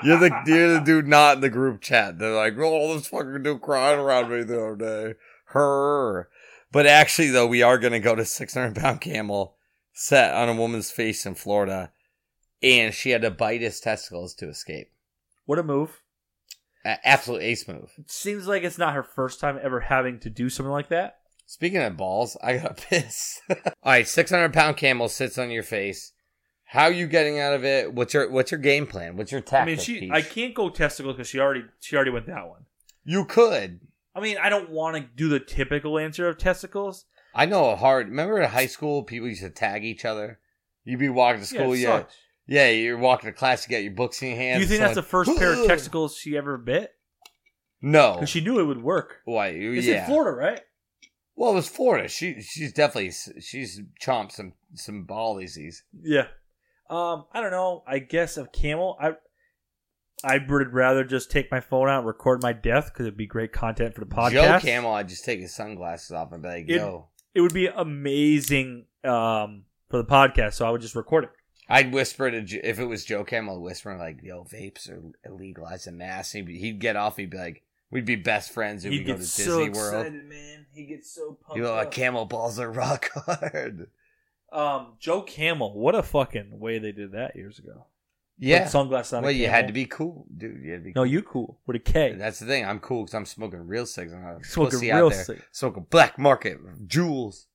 [SPEAKER 3] You're the you're the dude not in the group chat. They're like, oh, this fucking dude crying around me the other day. Her. But actually, though, we are gonna go to 600 pound camel set on a woman's face in Florida, and she had to bite his testicles to escape.
[SPEAKER 2] what a move
[SPEAKER 3] A- absolute ace move.
[SPEAKER 2] it seems like it's not her first time ever having to do something like that
[SPEAKER 3] Speaking of balls, I got piss. All right, 600 pound camel sits on your face. How you getting out of it? What's your what's your game plan? What's your
[SPEAKER 2] i
[SPEAKER 3] tactic?
[SPEAKER 2] mean she
[SPEAKER 3] Peach?
[SPEAKER 2] i can't go testicles because she already she already went that one
[SPEAKER 3] You could.
[SPEAKER 2] i mean i don't want to do the typical answer of testicles
[SPEAKER 3] I know a hard. Remember in high school, people used to tag each other. You'd be walking to school,
[SPEAKER 2] it
[SPEAKER 3] yeah,
[SPEAKER 2] sucks.
[SPEAKER 3] yeah. You're walking to class, you got your books in your
[SPEAKER 2] Do
[SPEAKER 3] hand.
[SPEAKER 2] you think that's the
[SPEAKER 3] someone-
[SPEAKER 2] first pair of testicles she ever bit
[SPEAKER 3] No.
[SPEAKER 2] because she knew it would work
[SPEAKER 3] Why? you-
[SPEAKER 2] It's
[SPEAKER 3] yeah.
[SPEAKER 2] in Florida, right?
[SPEAKER 3] Well, it was Florida. She she's definitely she's chomped some some ball disease.
[SPEAKER 2] Yeah. Um, I don't know. I guess of camel, I I would rather just take my phone out and record my death because it'd be great content for the
[SPEAKER 3] Joe
[SPEAKER 2] podcast.
[SPEAKER 3] Camel, I just take his sunglasses off and be like,
[SPEAKER 2] It-
[SPEAKER 3] "Yo,
[SPEAKER 2] It would be amazing um, for the podcast, so I would just record it.
[SPEAKER 3] I'd whisper to J- if it was Joe Camel, I'd whisper like, "Yo, vapes are legalized in mass." He'd, be, he'd get off. He'd be like, "We'd be best friends if we
[SPEAKER 2] He
[SPEAKER 3] go to Disney
[SPEAKER 2] gets so
[SPEAKER 3] World."
[SPEAKER 2] excited, Oh, man. He gets so pumped.
[SPEAKER 3] You know,
[SPEAKER 2] up.
[SPEAKER 3] camel balls are rock hard.
[SPEAKER 2] um, Joe Camel, what a fucking way they did that years ago.
[SPEAKER 3] Yeah.
[SPEAKER 2] Put sunglasses on. a
[SPEAKER 3] Well, you had
[SPEAKER 2] camel.
[SPEAKER 3] to be cool, dude. You had to be.
[SPEAKER 2] No,
[SPEAKER 3] cool.
[SPEAKER 2] you cool with a K.
[SPEAKER 3] That's the thing. I'm cool because I'm smoking real cigs. I'm not a
[SPEAKER 2] Smoking
[SPEAKER 3] pussy
[SPEAKER 2] real
[SPEAKER 3] out there.
[SPEAKER 2] cig.
[SPEAKER 3] Smoking black market jewels.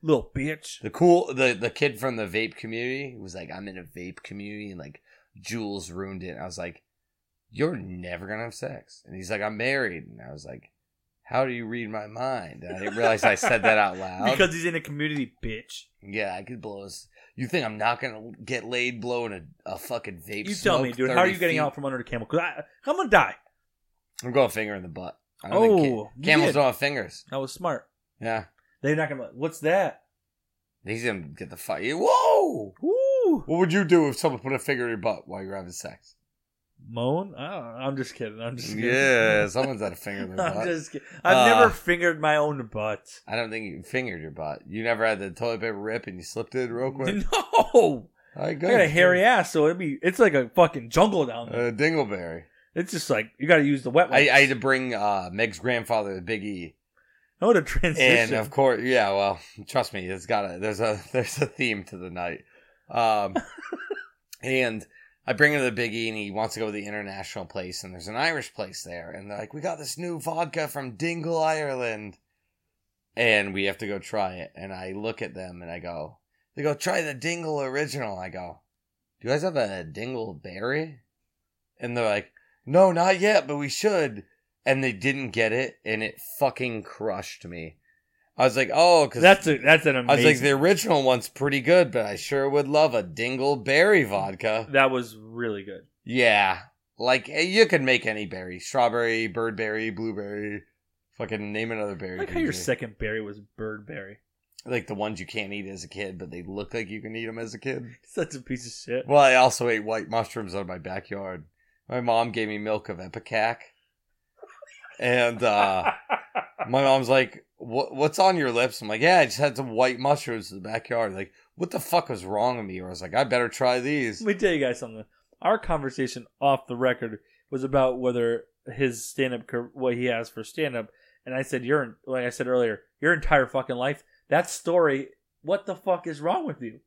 [SPEAKER 2] Little bitch.
[SPEAKER 3] The cool, the the kid from the vape community was like, "I'm in a vape community," and like, jewels ruined it. And I was like, "You're never gonna have sex." And he's like, "I'm married." And I was like, "How do you read my mind?" And I didn't realize I said that out loud.
[SPEAKER 2] Because he's in a community, bitch.
[SPEAKER 3] yeah, I could blow. His, you think I'm not gonna get laid blowing a, a fucking vape?
[SPEAKER 2] You tell me,
[SPEAKER 3] smoke
[SPEAKER 2] dude. How are
[SPEAKER 3] 30
[SPEAKER 2] you getting
[SPEAKER 3] feet?
[SPEAKER 2] out from under the camel? Because I'm gonna die.
[SPEAKER 3] I'm going finger in the butt. I don't
[SPEAKER 2] Oh,
[SPEAKER 3] think ca-
[SPEAKER 2] you
[SPEAKER 3] camels
[SPEAKER 2] did.
[SPEAKER 3] don't have fingers.
[SPEAKER 2] That was smart.
[SPEAKER 3] Yeah,
[SPEAKER 2] They're not gonna. be like, What's that?
[SPEAKER 3] he's gonna get the fuck. Whoa!
[SPEAKER 2] Woo!
[SPEAKER 3] What would you do if someone put a finger in your butt while you're having sex?
[SPEAKER 2] Moan? I don't know. I'm just kidding. I'm just kidding.
[SPEAKER 3] Yeah, someone's had a finger in their
[SPEAKER 2] I'm
[SPEAKER 3] butt.
[SPEAKER 2] just kidding. I've
[SPEAKER 3] Uh,
[SPEAKER 2] never fingered my own butt.
[SPEAKER 3] I don't think you fingered your butt. You never had the toilet paper rip and you slipped it real quick.
[SPEAKER 2] No,
[SPEAKER 3] All right,
[SPEAKER 2] I got a hairy ass, so it'd be. It's like a fucking jungle down there.
[SPEAKER 3] Uh, dingleberry.
[SPEAKER 2] it's just like you got to use the wet
[SPEAKER 3] I,
[SPEAKER 2] one.
[SPEAKER 3] I had to bring uh, Meg's grandfather, the Big E,
[SPEAKER 2] What a transition.
[SPEAKER 3] and of course, yeah. Well, trust me, it's got a there's a there's a theme to the night. Um, and I bring him to the Big E, and he wants to go to the international place, and there's an Irish place there, and they're like, "We got this new vodka from Dingle, Ireland, and we have to go try it." And I look at them, and I go, "They go try the Dingle original." I go, "Do you guys have a Dingle berry?" And they're like, "No, not yet, but we should." And they didn't get it, and it fucking crushed me. I was like, "Oh, because
[SPEAKER 2] that's a, that's an amazing.
[SPEAKER 3] I was like, the original one's pretty good, but I sure would love a dingleberry vodka.
[SPEAKER 2] that was really good.
[SPEAKER 3] Yeah. Like, eh, you could make any berry strawberry, birdberry, blueberry. Fucking name another
[SPEAKER 2] I
[SPEAKER 3] berry.
[SPEAKER 2] like how
[SPEAKER 3] PJ.
[SPEAKER 2] your second berry was birdberry.
[SPEAKER 3] Like the ones you can't eat as a kid, but they look like you can eat them as a kid.
[SPEAKER 2] Such a piece of shit.
[SPEAKER 3] Well, I also ate white mushrooms out of my backyard. My mom gave me milk of Epicac. And, uh,. My mom's like, "What? What's on your lips?" I'm like, "Yeah, I just had some white mushrooms in the backyard." Like, what the fuck was wrong with me? Or I was like, "I better try these."
[SPEAKER 2] Let me tell you guys something. Our conversation off the record was about whether his stand up, what he has for stand up, and I said, "Your, like I said earlier, your entire fucking life, that story. What the fuck is wrong with you?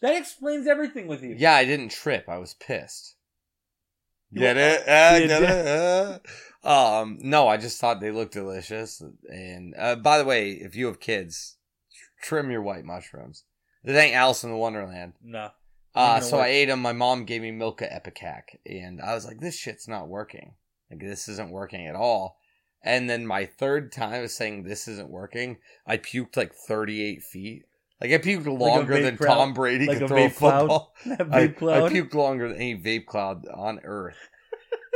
[SPEAKER 2] That explains everything with you.
[SPEAKER 3] Yeah, I didn't trip. I was pissed.
[SPEAKER 2] You
[SPEAKER 3] Get
[SPEAKER 2] were-
[SPEAKER 3] it? Ah,
[SPEAKER 2] You
[SPEAKER 3] get
[SPEAKER 2] did.
[SPEAKER 3] it? Ah. Um, no, I just thought they looked delicious. And uh, by the way, if you have kids, tr- trim your white mushrooms. This ain't Alice in the Wonderland.
[SPEAKER 2] No.
[SPEAKER 3] Uh,
[SPEAKER 2] Even
[SPEAKER 3] so
[SPEAKER 2] worse.
[SPEAKER 3] I ate them. My mom gave me Milka Epicac, and I was like, "This shit's not working. Like this isn't working at all." And then my third time of saying this isn't working, I puked like 38 feet. Like I puked longer
[SPEAKER 2] vape
[SPEAKER 3] than
[SPEAKER 2] cloud-
[SPEAKER 3] Tom Brady
[SPEAKER 2] like
[SPEAKER 3] could
[SPEAKER 2] a
[SPEAKER 3] throw a
[SPEAKER 2] vape cloud?
[SPEAKER 3] football.
[SPEAKER 2] That
[SPEAKER 3] I, I
[SPEAKER 2] vape cloud.
[SPEAKER 3] puked longer than any vape cloud on earth.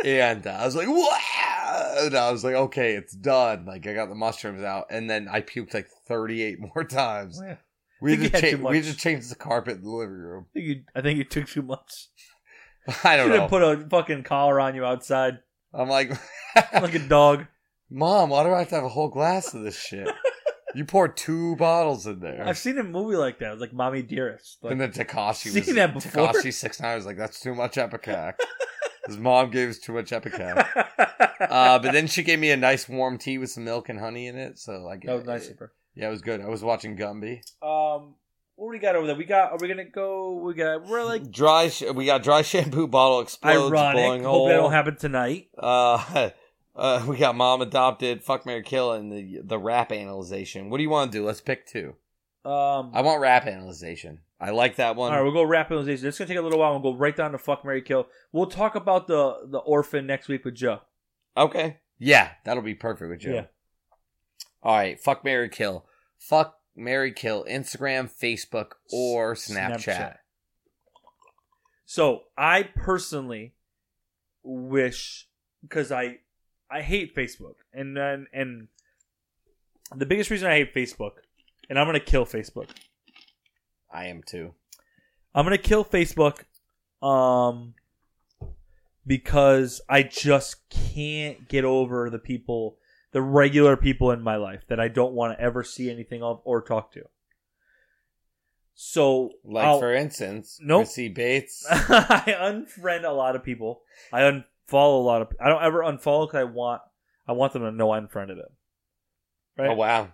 [SPEAKER 3] and uh, I was like, wow. And I was like, okay, it's done. Like, I got the mushrooms out. And then I puked like 38 more times.
[SPEAKER 2] Yeah.
[SPEAKER 3] We
[SPEAKER 2] Think you
[SPEAKER 3] just,
[SPEAKER 2] had
[SPEAKER 3] cha-
[SPEAKER 2] too
[SPEAKER 3] we
[SPEAKER 2] much.
[SPEAKER 3] just changed the carpet in the living room.
[SPEAKER 2] I think you, I think you took too much.
[SPEAKER 3] I don't
[SPEAKER 2] Should
[SPEAKER 3] know.
[SPEAKER 2] have put a fucking collar on you outside,
[SPEAKER 3] I'm like,
[SPEAKER 2] like a dog.
[SPEAKER 3] Mom, why do I have to have a whole glass of this shit? you poured two bottles in there.
[SPEAKER 2] I've seen a movie like that. It was like Mommy Dearest. Like,
[SPEAKER 3] and then Takashi was
[SPEAKER 2] Seen that before.
[SPEAKER 3] Takashi six nine was like, that's too much epicac. His mom gave us too much epicac. uh, but then she gave me a nice warm tea with some milk and honey in it. So like,
[SPEAKER 2] that was Oh, nice. of her.
[SPEAKER 3] Yeah, it was good. I was watching Gumby.
[SPEAKER 2] Um, what do we got over there? We got. Are we gonna go? We got. We're like
[SPEAKER 3] dry. Sh- we got dry shampoo bottle explodes,
[SPEAKER 2] ironic.
[SPEAKER 3] blowing
[SPEAKER 2] Hope that
[SPEAKER 3] hole.
[SPEAKER 2] don't happen tonight.
[SPEAKER 3] uh, uh, we got mom adopted. Fuck Mary Kill and the the rap analyzation. What do you want to do? Let's pick two.
[SPEAKER 2] Um,
[SPEAKER 3] I want rap analyzation. I like that
[SPEAKER 2] all
[SPEAKER 3] one.
[SPEAKER 2] right, we'll go rapidization. It's gonna take a little while. We'll go right down to fuck Mary Kill. We'll talk about the the orphan next week with Joe.
[SPEAKER 3] okay. Yeah, that'll be perfect with you.
[SPEAKER 2] Yeah.
[SPEAKER 3] All right. Fuck Mary Kill. Fuck Mary Kill. Instagram, Facebook, or Snapchat.
[SPEAKER 2] So I personally wish because I I hate Facebook and then and the biggest reason I hate Facebook and I'm gonna kill Facebook.
[SPEAKER 3] I am too.
[SPEAKER 2] I'm gonna kill Facebook, um, because I just can't get over the people, the regular people in my life that I don't want to ever see anything of or talk to. So
[SPEAKER 3] Like
[SPEAKER 2] I'll-
[SPEAKER 3] for instance,
[SPEAKER 2] Nope.
[SPEAKER 3] Chrissy Bates.
[SPEAKER 2] I unfriend a lot of people. I unfollow a lot of. I don't ever unfollow because I want I want them to know I unfriended them. Right?
[SPEAKER 3] Oh wow,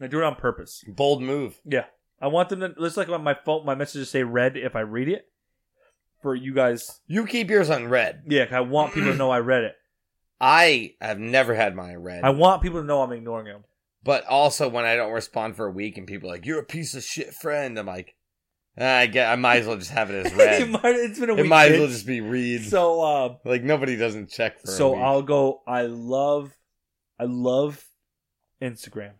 [SPEAKER 2] I do it on purpose.
[SPEAKER 3] bold move.
[SPEAKER 2] Yeah, I want them to. It's like on my phone. My messages say read if I read it. For you guys,
[SPEAKER 3] You keep yours on red.
[SPEAKER 2] yeah, 'cause I want people to know I read it.
[SPEAKER 3] I have never had mine red.
[SPEAKER 2] I want people to know I'm ignoring them.
[SPEAKER 3] but also when I don't respond for a week and people are like, "You're a piece of shit friend," I'm like, "Ah, I get. I might as well just have it as
[SPEAKER 2] it
[SPEAKER 3] red.
[SPEAKER 2] might, it's been a
[SPEAKER 3] it
[SPEAKER 2] week.
[SPEAKER 3] might as
[SPEAKER 2] bitch.
[SPEAKER 3] well just be read.
[SPEAKER 2] so, um,
[SPEAKER 3] like nobody doesn't check for. a
[SPEAKER 2] so
[SPEAKER 3] week.
[SPEAKER 2] I'll go. I love, I love Instagram.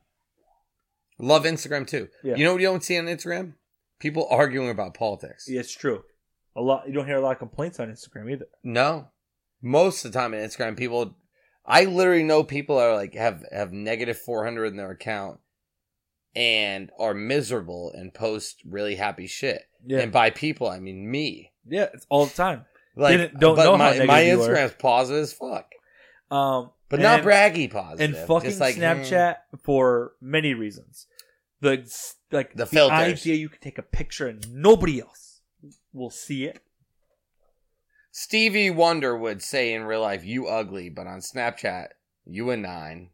[SPEAKER 3] love Instagram too.
[SPEAKER 2] Yeah.
[SPEAKER 3] You know what you don't see on Instagram? People arguing about politics.
[SPEAKER 2] Yeah, it's true. A lot. You don't hear a lot of complaints on Instagram either.
[SPEAKER 3] No. Most of the time on Instagram, people, I literally know people are like have have negative four hundred in their account, and are miserable and post really happy shit.
[SPEAKER 2] Yeah.
[SPEAKER 3] And by people, I mean me.
[SPEAKER 2] Yeah, it's all the time.
[SPEAKER 3] Like,
[SPEAKER 2] Didn't- don't
[SPEAKER 3] but
[SPEAKER 2] know how
[SPEAKER 3] my,
[SPEAKER 2] negative
[SPEAKER 3] my
[SPEAKER 2] you are.
[SPEAKER 3] Instagram's positive as fuck,
[SPEAKER 2] Um,
[SPEAKER 3] but
[SPEAKER 2] and-
[SPEAKER 3] not braggy positive.
[SPEAKER 2] And fucking
[SPEAKER 3] Just like, hmm.
[SPEAKER 2] Snapchat for many reasons. The s- like
[SPEAKER 3] The filters.
[SPEAKER 2] idea you can take a picture and nobody else will see it.
[SPEAKER 3] hmm. Stevie Wonder would say in real life, "You ugly," but on Snapchat, you a nine.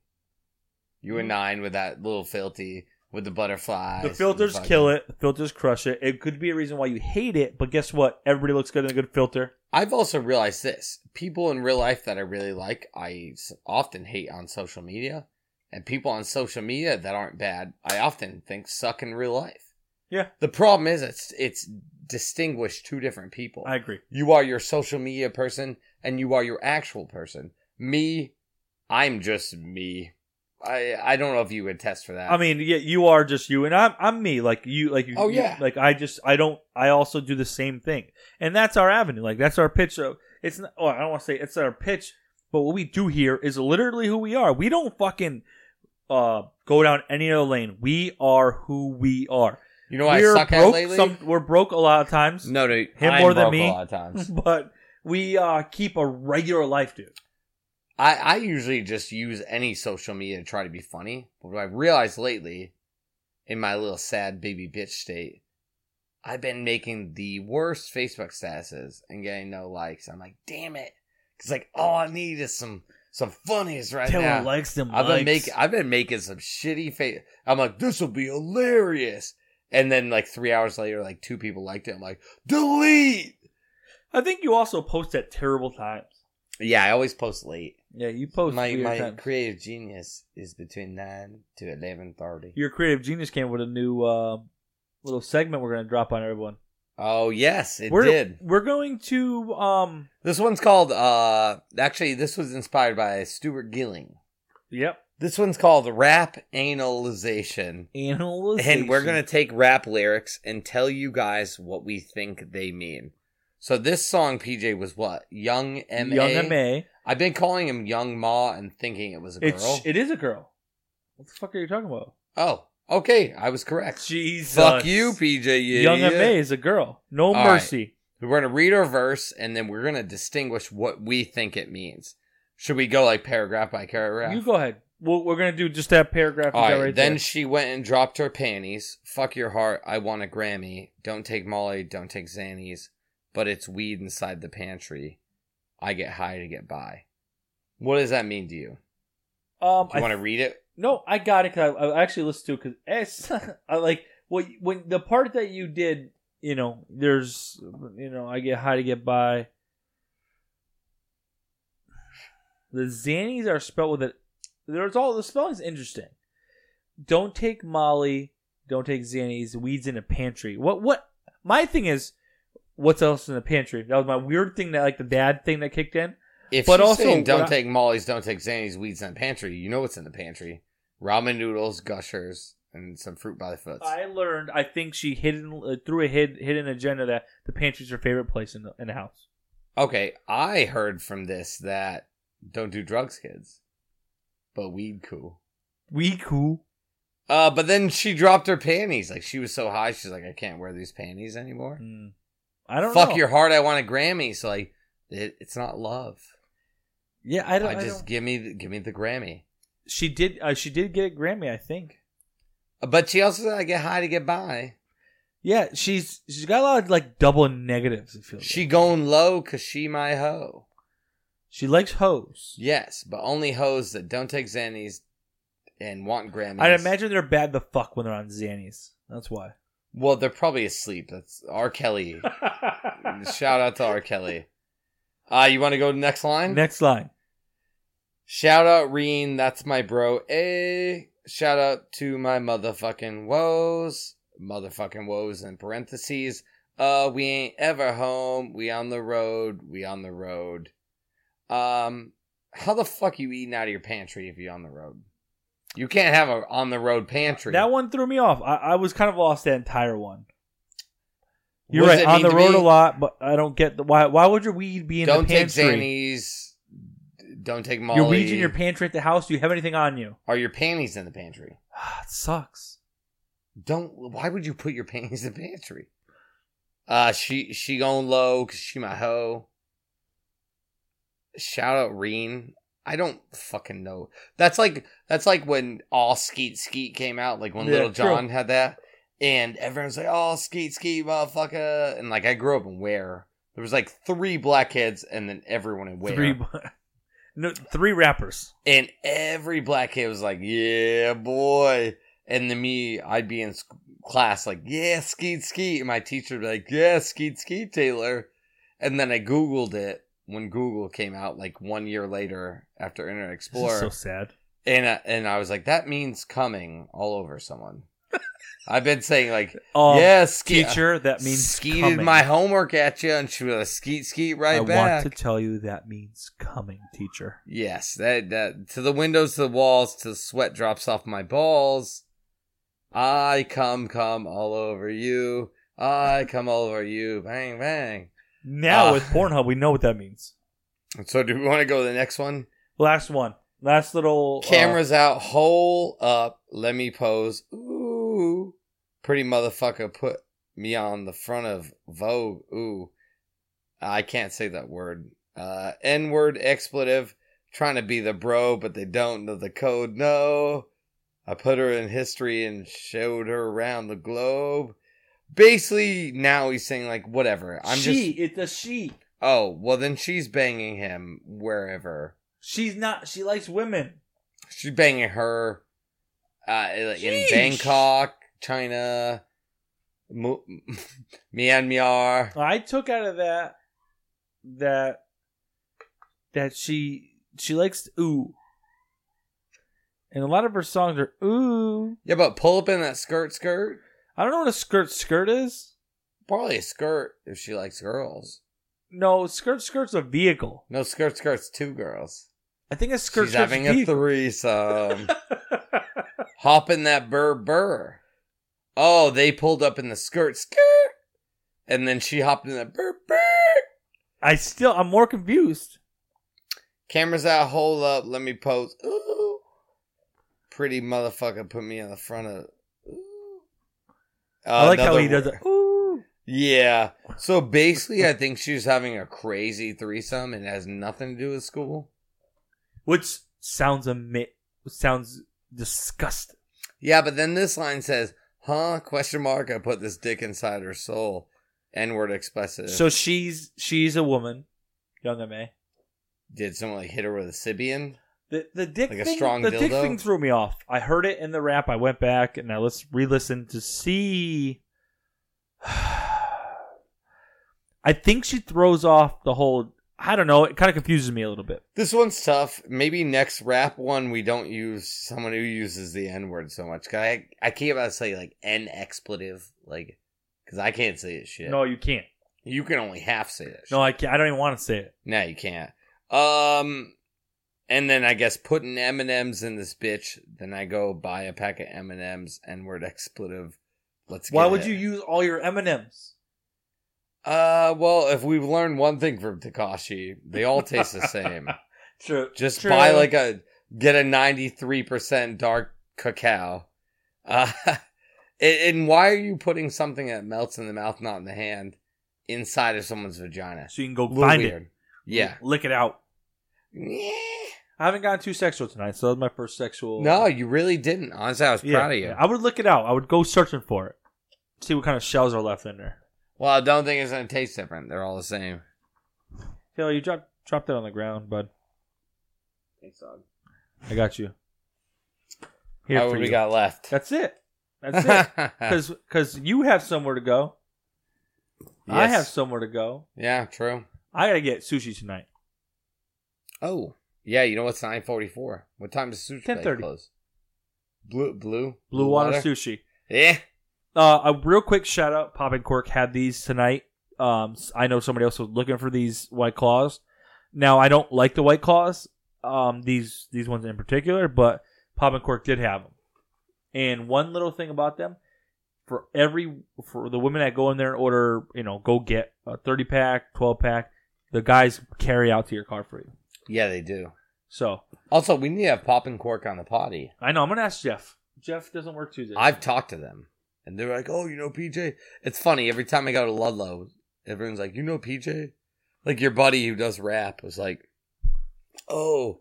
[SPEAKER 3] You a
[SPEAKER 2] Mhm.
[SPEAKER 3] nine with that little filthy with the butterflies.
[SPEAKER 2] The filters kill it. The filters crush it. It could be a reason why you hate it, but guess what? Everybody looks good in a good filter.
[SPEAKER 3] I've also realized this: people in real life that I really like, I s- often hate on social media, and people on social media that aren't bad, I often think suck in real life.
[SPEAKER 2] Yeah.
[SPEAKER 3] The problem is it's it's distinguished two different people.
[SPEAKER 2] I agree.
[SPEAKER 3] you are your social media person, and you are your actual person. Me, I'm just me. I I don't know if you would test for that.
[SPEAKER 2] I mean, yeah, you are just you, and I'm I'm me. Like you, like you.
[SPEAKER 3] Oh,
[SPEAKER 2] you-
[SPEAKER 3] yeah.
[SPEAKER 2] like I just I don't. I also do the same thing, and that's our avenue. Like that's our pitch. Of it's not. Oh, I don't want to say it's our pitch, but what we do here is literally who we are. We don't fucking uh go down any other lane. We are who we are.
[SPEAKER 3] you know what I
[SPEAKER 2] we're
[SPEAKER 3] suck at
[SPEAKER 2] broke.
[SPEAKER 3] lately?
[SPEAKER 2] some, we're broke a lot of times,
[SPEAKER 3] no, no,
[SPEAKER 2] Him
[SPEAKER 3] I'm
[SPEAKER 2] more than
[SPEAKER 3] broke
[SPEAKER 2] me?
[SPEAKER 3] A lot of times.
[SPEAKER 2] but we uh keep a regular life, dude.
[SPEAKER 3] I, I usually just use any social media to try to be funny. But what I've realized lately, in my little sad baby bitch state, I've been making the worst Facebook statuses and getting no likes. I'm like, damn it, because like all I need is some some funnies right
[SPEAKER 2] Taylor
[SPEAKER 3] now.
[SPEAKER 2] likes them.
[SPEAKER 3] I've been
[SPEAKER 2] likes.
[SPEAKER 3] making I've been making some shitty face. I'm like, this will be hilarious. And then like three hours later, like two people liked it. I'm like, delete.
[SPEAKER 2] I think you also post at terrible times.
[SPEAKER 3] Yeah, I always post late.
[SPEAKER 2] Yeah, you post
[SPEAKER 3] my
[SPEAKER 2] weird
[SPEAKER 3] my
[SPEAKER 2] times.
[SPEAKER 3] creative genius is between nine to eleven thirty.
[SPEAKER 2] Your creative genius came with a new uh, little segment we're gonna drop on everyone.
[SPEAKER 3] Oh yes, it
[SPEAKER 2] we're,
[SPEAKER 3] did.
[SPEAKER 2] We're going to um.
[SPEAKER 3] This one's called. uh Actually, this was inspired by Stuart Gilling.
[SPEAKER 2] Yep.
[SPEAKER 3] This one's called rap analyzation.
[SPEAKER 2] Analysis.
[SPEAKER 3] And we're going to take rap lyrics and tell you guys what we think they mean. So this song, PJ, was what? Young M.A.?
[SPEAKER 2] Young Ma.
[SPEAKER 3] I've been calling him Young Ma and thinking it was a girl.
[SPEAKER 2] It's it is a girl. What the fuck are you talking about?
[SPEAKER 3] oh, okay. I was correct.
[SPEAKER 2] Jesus.
[SPEAKER 3] Fuck you, PJ. You
[SPEAKER 2] Young
[SPEAKER 3] idiot.
[SPEAKER 2] and May is a girl. No
[SPEAKER 3] All
[SPEAKER 2] mercy.
[SPEAKER 3] We're going to read our verse and then we're going to distinguish what we think it means. Should we go like paragraph by paragraph?
[SPEAKER 2] You go ahead. We'll, we're gonna do just that paragraph. you
[SPEAKER 3] All
[SPEAKER 2] got
[SPEAKER 3] right,
[SPEAKER 2] right
[SPEAKER 3] then
[SPEAKER 2] there.
[SPEAKER 3] she went and dropped her panties. Fuck your heart. I want a Grammy. Don't take Molly. Don't take Xannies. But it's weed inside the pantry. I get high to get by. What does that mean to you?
[SPEAKER 2] um,
[SPEAKER 3] Do
[SPEAKER 2] I
[SPEAKER 3] you want to read it?
[SPEAKER 2] No, I got it. Cause I, I actually listened to it because I like what when the part that you did. You know, there's you know, I get high to get by. The Xannies are spelled with it. There's all the spelling's interesting. Don't take Molly. Don't take Xannies. Weeds in a pantry. What what? My thing is, what's else in the pantry? That was my weird thing that like the dad thing that kicked in.
[SPEAKER 3] If
[SPEAKER 2] But
[SPEAKER 3] she's
[SPEAKER 2] also,
[SPEAKER 3] saying don't
[SPEAKER 2] what I-
[SPEAKER 3] take Molly's, don't take Xannies, weeds in the pantry, you know what's in the pantry. Ramen noodles, gushers, and some fruit by the foot.
[SPEAKER 2] I learned. I think she hidden uh, through a hid, hidden agenda that the pantry's her favorite place in the in the house.
[SPEAKER 3] Okay, I heard from this that don't do drugs, kids. But weed cool.
[SPEAKER 2] We cool.
[SPEAKER 3] Uh, but then she dropped her panties. Like she was so high, she's like, I can't wear these panties anymore.
[SPEAKER 2] Mm. I don't
[SPEAKER 3] Fuck
[SPEAKER 2] know.
[SPEAKER 3] your heart. I want a Grammy. So like, it, it's not love.
[SPEAKER 2] yeah. I
[SPEAKER 3] I,
[SPEAKER 2] don't. I
[SPEAKER 3] just
[SPEAKER 2] don't-
[SPEAKER 3] give me the, give me the Grammy.
[SPEAKER 2] she did. Uh, she did get a Grammy. I think.
[SPEAKER 3] But she also said, I get high to get by.
[SPEAKER 2] Yeah, she's she's got a lot of like double negatives. It feels
[SPEAKER 3] She
[SPEAKER 2] like.
[SPEAKER 3] going low cause she my hoe.
[SPEAKER 2] she likes hoes.
[SPEAKER 3] Yes, but only hoes that don't take Xannies and want Grammys.
[SPEAKER 2] I'd imagine they're bad the fuck when they're on Xannies. That's why.
[SPEAKER 3] Well, they're probably asleep. That's R. Kelly. Shout out to R. Kelly. Uh, you want to go to the next line?
[SPEAKER 2] Next line.
[SPEAKER 3] Shout out Reen, that's my bro. A shout out to my motherfucking woes, motherfucking woes in parentheses. Uh, we ain't ever home. We on the road. We on the road. Um, how the fuck you eating out of your pantry if you on the road? You can't have a on the road pantry.
[SPEAKER 2] That one threw me off. I, I was kind of lost that entire one. You're
[SPEAKER 3] What does
[SPEAKER 2] right
[SPEAKER 3] it
[SPEAKER 2] on
[SPEAKER 3] mean
[SPEAKER 2] the
[SPEAKER 3] to
[SPEAKER 2] road
[SPEAKER 3] me?
[SPEAKER 2] a lot, but I don't get the why. Why would your weed be in
[SPEAKER 3] Don't
[SPEAKER 2] the
[SPEAKER 3] take
[SPEAKER 2] pantry?
[SPEAKER 3] Xannies. Don't take Molly.
[SPEAKER 2] Your weeds in your pantry at the house. Do you have anything on you?
[SPEAKER 3] Are your panties in the pantry?
[SPEAKER 2] it sucks.
[SPEAKER 3] don't why would you put your panties in the pantry uh she she going low because she my hoe shout out reen i don't fucking know that's like that's like when all skeet skeet came out like when
[SPEAKER 2] Yeah,
[SPEAKER 3] little
[SPEAKER 2] true.
[SPEAKER 3] john had that and everyone's like oh skeet skeet motherfucker and like i grew up in where there was like three black kids and then everyone in where
[SPEAKER 2] Three, no, three rappers.
[SPEAKER 3] and every black kid was like, "Yeah, boy." And then me, I'd be in sc- class like, "Yeah, skeet skeet," and my teacher would be like, "Yeah, skeet skeet, Taylor." And then I googled it when Google came out, like one year later after Internet
[SPEAKER 2] This is
[SPEAKER 3] Explorer,
[SPEAKER 2] so sad.
[SPEAKER 3] and I, and I was like, "That means coming all over someone." I've been saying like,
[SPEAKER 2] Um,
[SPEAKER 3] "Yeah, skeet."
[SPEAKER 2] teacher, that means
[SPEAKER 3] skeeted
[SPEAKER 2] coming.
[SPEAKER 3] my homework at you, and she was like, "Skeet skeet right
[SPEAKER 2] I
[SPEAKER 3] back."
[SPEAKER 2] want to tell you that means coming, teacher.
[SPEAKER 3] Yes, that that to the windows, to the walls, to the sweat drops off my balls. I come, come all over you. I come all over you. Bang, bang.
[SPEAKER 2] Now
[SPEAKER 3] Uh.
[SPEAKER 2] with Pornhub, we know what that means.
[SPEAKER 3] So, do we want to go to the next one?
[SPEAKER 2] Last one. Last little uh,
[SPEAKER 3] Cameras out, hole up. Let me pose. Ooh, pretty motherfucker, put me on the front of Vogue. Ooh, I can't say that word. Uh, N word expletive. Trying to be the bro, but they don't know the code. No, I put her in history and showed her around the globe. Basically, now he's saying like whatever. I'm
[SPEAKER 2] she.
[SPEAKER 3] just
[SPEAKER 2] It's a she.
[SPEAKER 3] oh well, then she's banging him wherever.
[SPEAKER 2] She's not. She likes women.
[SPEAKER 3] She's banging her uh, in
[SPEAKER 2] Sheesh.
[SPEAKER 3] Bangkok, China, Mu- Myanmar.
[SPEAKER 2] I took out of that that that she she likes ooh, and a lot of her songs are ooh.
[SPEAKER 3] Yeah, but pull up in that skirt skirt.
[SPEAKER 2] I don't know what a skirt skirt is.
[SPEAKER 3] Probably a skirt if she likes girls.
[SPEAKER 2] No, skirt skirt's a vehicle.
[SPEAKER 3] No, skirt skirt's two girls.
[SPEAKER 2] I think a skirt
[SPEAKER 3] She's
[SPEAKER 2] skirt's
[SPEAKER 3] having
[SPEAKER 2] a
[SPEAKER 3] a
[SPEAKER 2] vehicle.
[SPEAKER 3] threesome. Hop in that burr burr. Oh, they pulled up in the skirt skirt. And then she hopped in that burr burr.
[SPEAKER 2] I still I'm more confused.
[SPEAKER 3] Cameras out, hold up, let me pose. Ooh. Pretty motherfucker put me on the front of. Ooh.
[SPEAKER 2] I like how he
[SPEAKER 3] Another
[SPEAKER 2] does it. Ooh.
[SPEAKER 3] Yeah. So basically, I think she was having a crazy threesome and it has nothing to do with school.
[SPEAKER 2] Which sounds a sounds disgusting.
[SPEAKER 3] Yeah, but then this line says, "Huh?" Question mark. I put this dick inside her soul. N word expressive.
[SPEAKER 2] So she's she's a woman, young M.A.
[SPEAKER 3] did someone like hit her with a Sibian?
[SPEAKER 2] The the dick
[SPEAKER 3] Like a
[SPEAKER 2] thing,
[SPEAKER 3] strong
[SPEAKER 2] the dick
[SPEAKER 3] dildo?
[SPEAKER 2] thing threw me off. I heard it in the rap. I went back and I let's re-listen to see. I think she throws off the whole. I don't know. It kind of confuses me a little bit.
[SPEAKER 3] This one's tough. Maybe next rap one we don't use someone who uses the N word so much. 'Cause I I can't about say like N expletive like because I can't say it shit.
[SPEAKER 2] No, you can't.
[SPEAKER 3] you can only half say that. Shit.
[SPEAKER 2] No, I can't. I don't even want to say it.
[SPEAKER 3] No, you can't. Um, and then I guess putting M and M's in this bitch. Then I go buy a pack of M and M's and word expletive. Let's.
[SPEAKER 2] Why
[SPEAKER 3] get
[SPEAKER 2] would
[SPEAKER 3] it.
[SPEAKER 2] you use all your M and M's?
[SPEAKER 3] Uh, well, if we've learned one thing from Takashi, they all taste the same.
[SPEAKER 2] True.
[SPEAKER 3] Just
[SPEAKER 2] True.
[SPEAKER 3] buy like a get a ninety three percent dark cacao. Uh, and and why are you putting something that melts in the mouth, not in the hand, inside of someone's vagina?
[SPEAKER 2] so you can go
[SPEAKER 3] Little
[SPEAKER 2] find it.
[SPEAKER 3] weird. Yeah.
[SPEAKER 2] Lick it out.
[SPEAKER 3] Yeah.
[SPEAKER 2] I haven't gotten too sexual tonight, so that was my first sexual.
[SPEAKER 3] No, you really didn't. Honestly, I was
[SPEAKER 2] Yeah,
[SPEAKER 3] proud of you.
[SPEAKER 2] yeah. I would look it out. I would go searching for it. See what kind of shells are left in there.
[SPEAKER 3] Well, I don't think it's gonna taste different. They're all the same.
[SPEAKER 2] Taylor, you dropped dropped that on the ground, bud. I got you. Here
[SPEAKER 3] How
[SPEAKER 2] for
[SPEAKER 3] what we
[SPEAKER 2] you.
[SPEAKER 3] got left?
[SPEAKER 2] That's it. That's it. Because you have somewhere to go. I
[SPEAKER 3] Yes.
[SPEAKER 2] have somewhere to go.
[SPEAKER 3] Yeah, true.
[SPEAKER 2] I gotta get sushi tonight.
[SPEAKER 3] Oh, yeah. You know what's nine forty four? What time does sushi
[SPEAKER 2] 10:30.
[SPEAKER 3] Place close? Blue, blue,
[SPEAKER 2] Blue, water, sushi.
[SPEAKER 3] Yeah.
[SPEAKER 2] Uh, a real quick shout out. Pop and Cork had these tonight. Um, s- I know somebody else was looking for these white claws. Now I don't like the white claws. Um, these these ones in particular, but Pop and Cork did have them. And one little thing about them, for every for the women that go in there and order, you know, go get a thirty pack, twelve pack. The guys carry out to your car for you.
[SPEAKER 3] Yeah, they do.
[SPEAKER 2] So
[SPEAKER 3] Also, we need to have pop and cork on the potty.
[SPEAKER 2] I know I'm gonna ask Jeff. Jeff doesn't work Tuesday.
[SPEAKER 3] I've talked to them, and they're like, "Oh, you know, PJ." It's funny every time I go to Ludlow, everyone's like, "You know, PJ." Like your buddy who does rap was like, "Oh,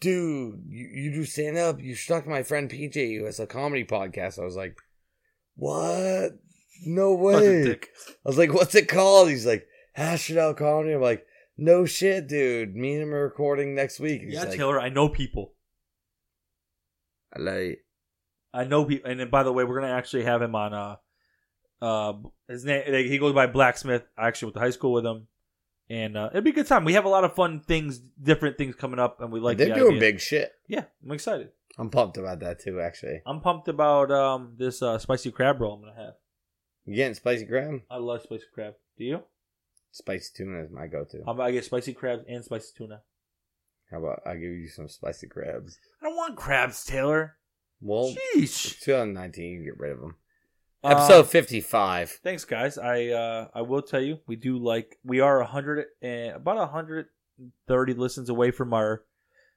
[SPEAKER 3] dude, you, you do stand up. You should talk to my friend PJ who has a comedy podcast." I was like, "What? No way!" I was like, "What's it called?" He's like, "Hash it out comedy." I'm like, "No shit, dude. Me and him are recording next week." He's
[SPEAKER 2] yeah,
[SPEAKER 3] like,
[SPEAKER 2] Taylor. I know people.
[SPEAKER 3] I like
[SPEAKER 2] I know people, and then, by the way, we're gonna actually have him on. Uh, uh, his name like, he goes by Blacksmith. I actually went to high school with him, and uh, it'd be a good time. We have a lot of fun things, different things coming up, and we like.
[SPEAKER 3] they're
[SPEAKER 2] the
[SPEAKER 3] doing
[SPEAKER 2] idea.
[SPEAKER 3] big shit.
[SPEAKER 2] Yeah, I'm excited.
[SPEAKER 3] I'm pumped about that too, actually.
[SPEAKER 2] I'm pumped about um this uh, spicy crab roll I'm gonna have.
[SPEAKER 3] You getting spicy crab?
[SPEAKER 2] I love spicy crab. Do you?
[SPEAKER 3] Spicy tuna is my go-to.
[SPEAKER 2] I'm, I get spicy crabs and spicy tuna.
[SPEAKER 3] How about I give you some spicy crabs?
[SPEAKER 2] I don't want crabs, Taylor.
[SPEAKER 3] Well,
[SPEAKER 2] Sheesh.
[SPEAKER 3] 2019, you can get rid of them.
[SPEAKER 2] Um,
[SPEAKER 3] Episode 55.
[SPEAKER 2] thanks guys i uh i will tell you we do like we are 100 and about 130 listens away from our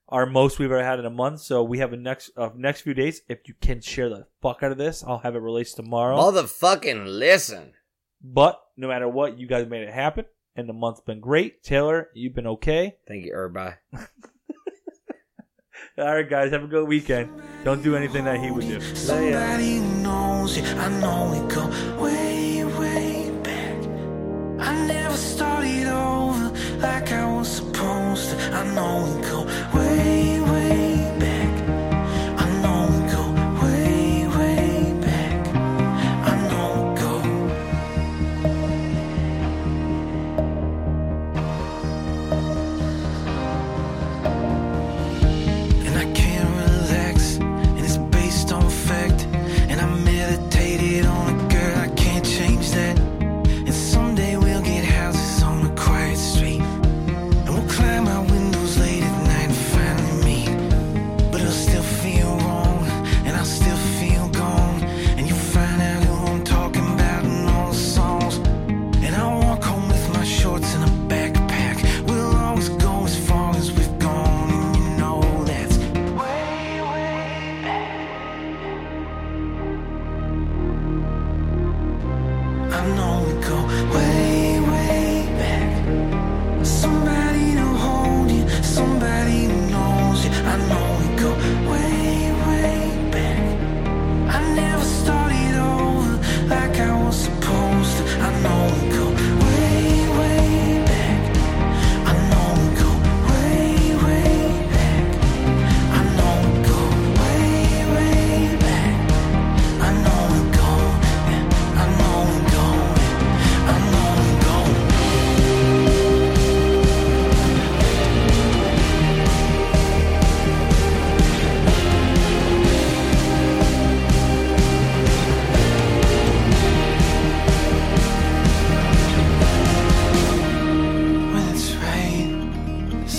[SPEAKER 2] our most we've ever had in a month so we have a next uh, next few days if you can share the fuck out of this i'll have it released tomorrow
[SPEAKER 3] Motherfucking listen.
[SPEAKER 2] but no matter what you guys made it happen and the month's been great taylor you've been okay
[SPEAKER 3] Thank you, everybody.
[SPEAKER 2] all right guys have a good weekend don't do anything that he would do
[SPEAKER 1] Somebody who knows you. I know we go way, way back. I never started over like I was supposed to. I know we go way, way back. I know we go way, way back. I know we go.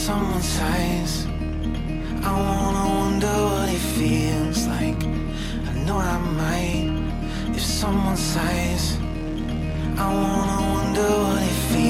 [SPEAKER 1] own size. I wanna wonder what it feels like. I know I might if someone sighs. I wanna wonder what it feels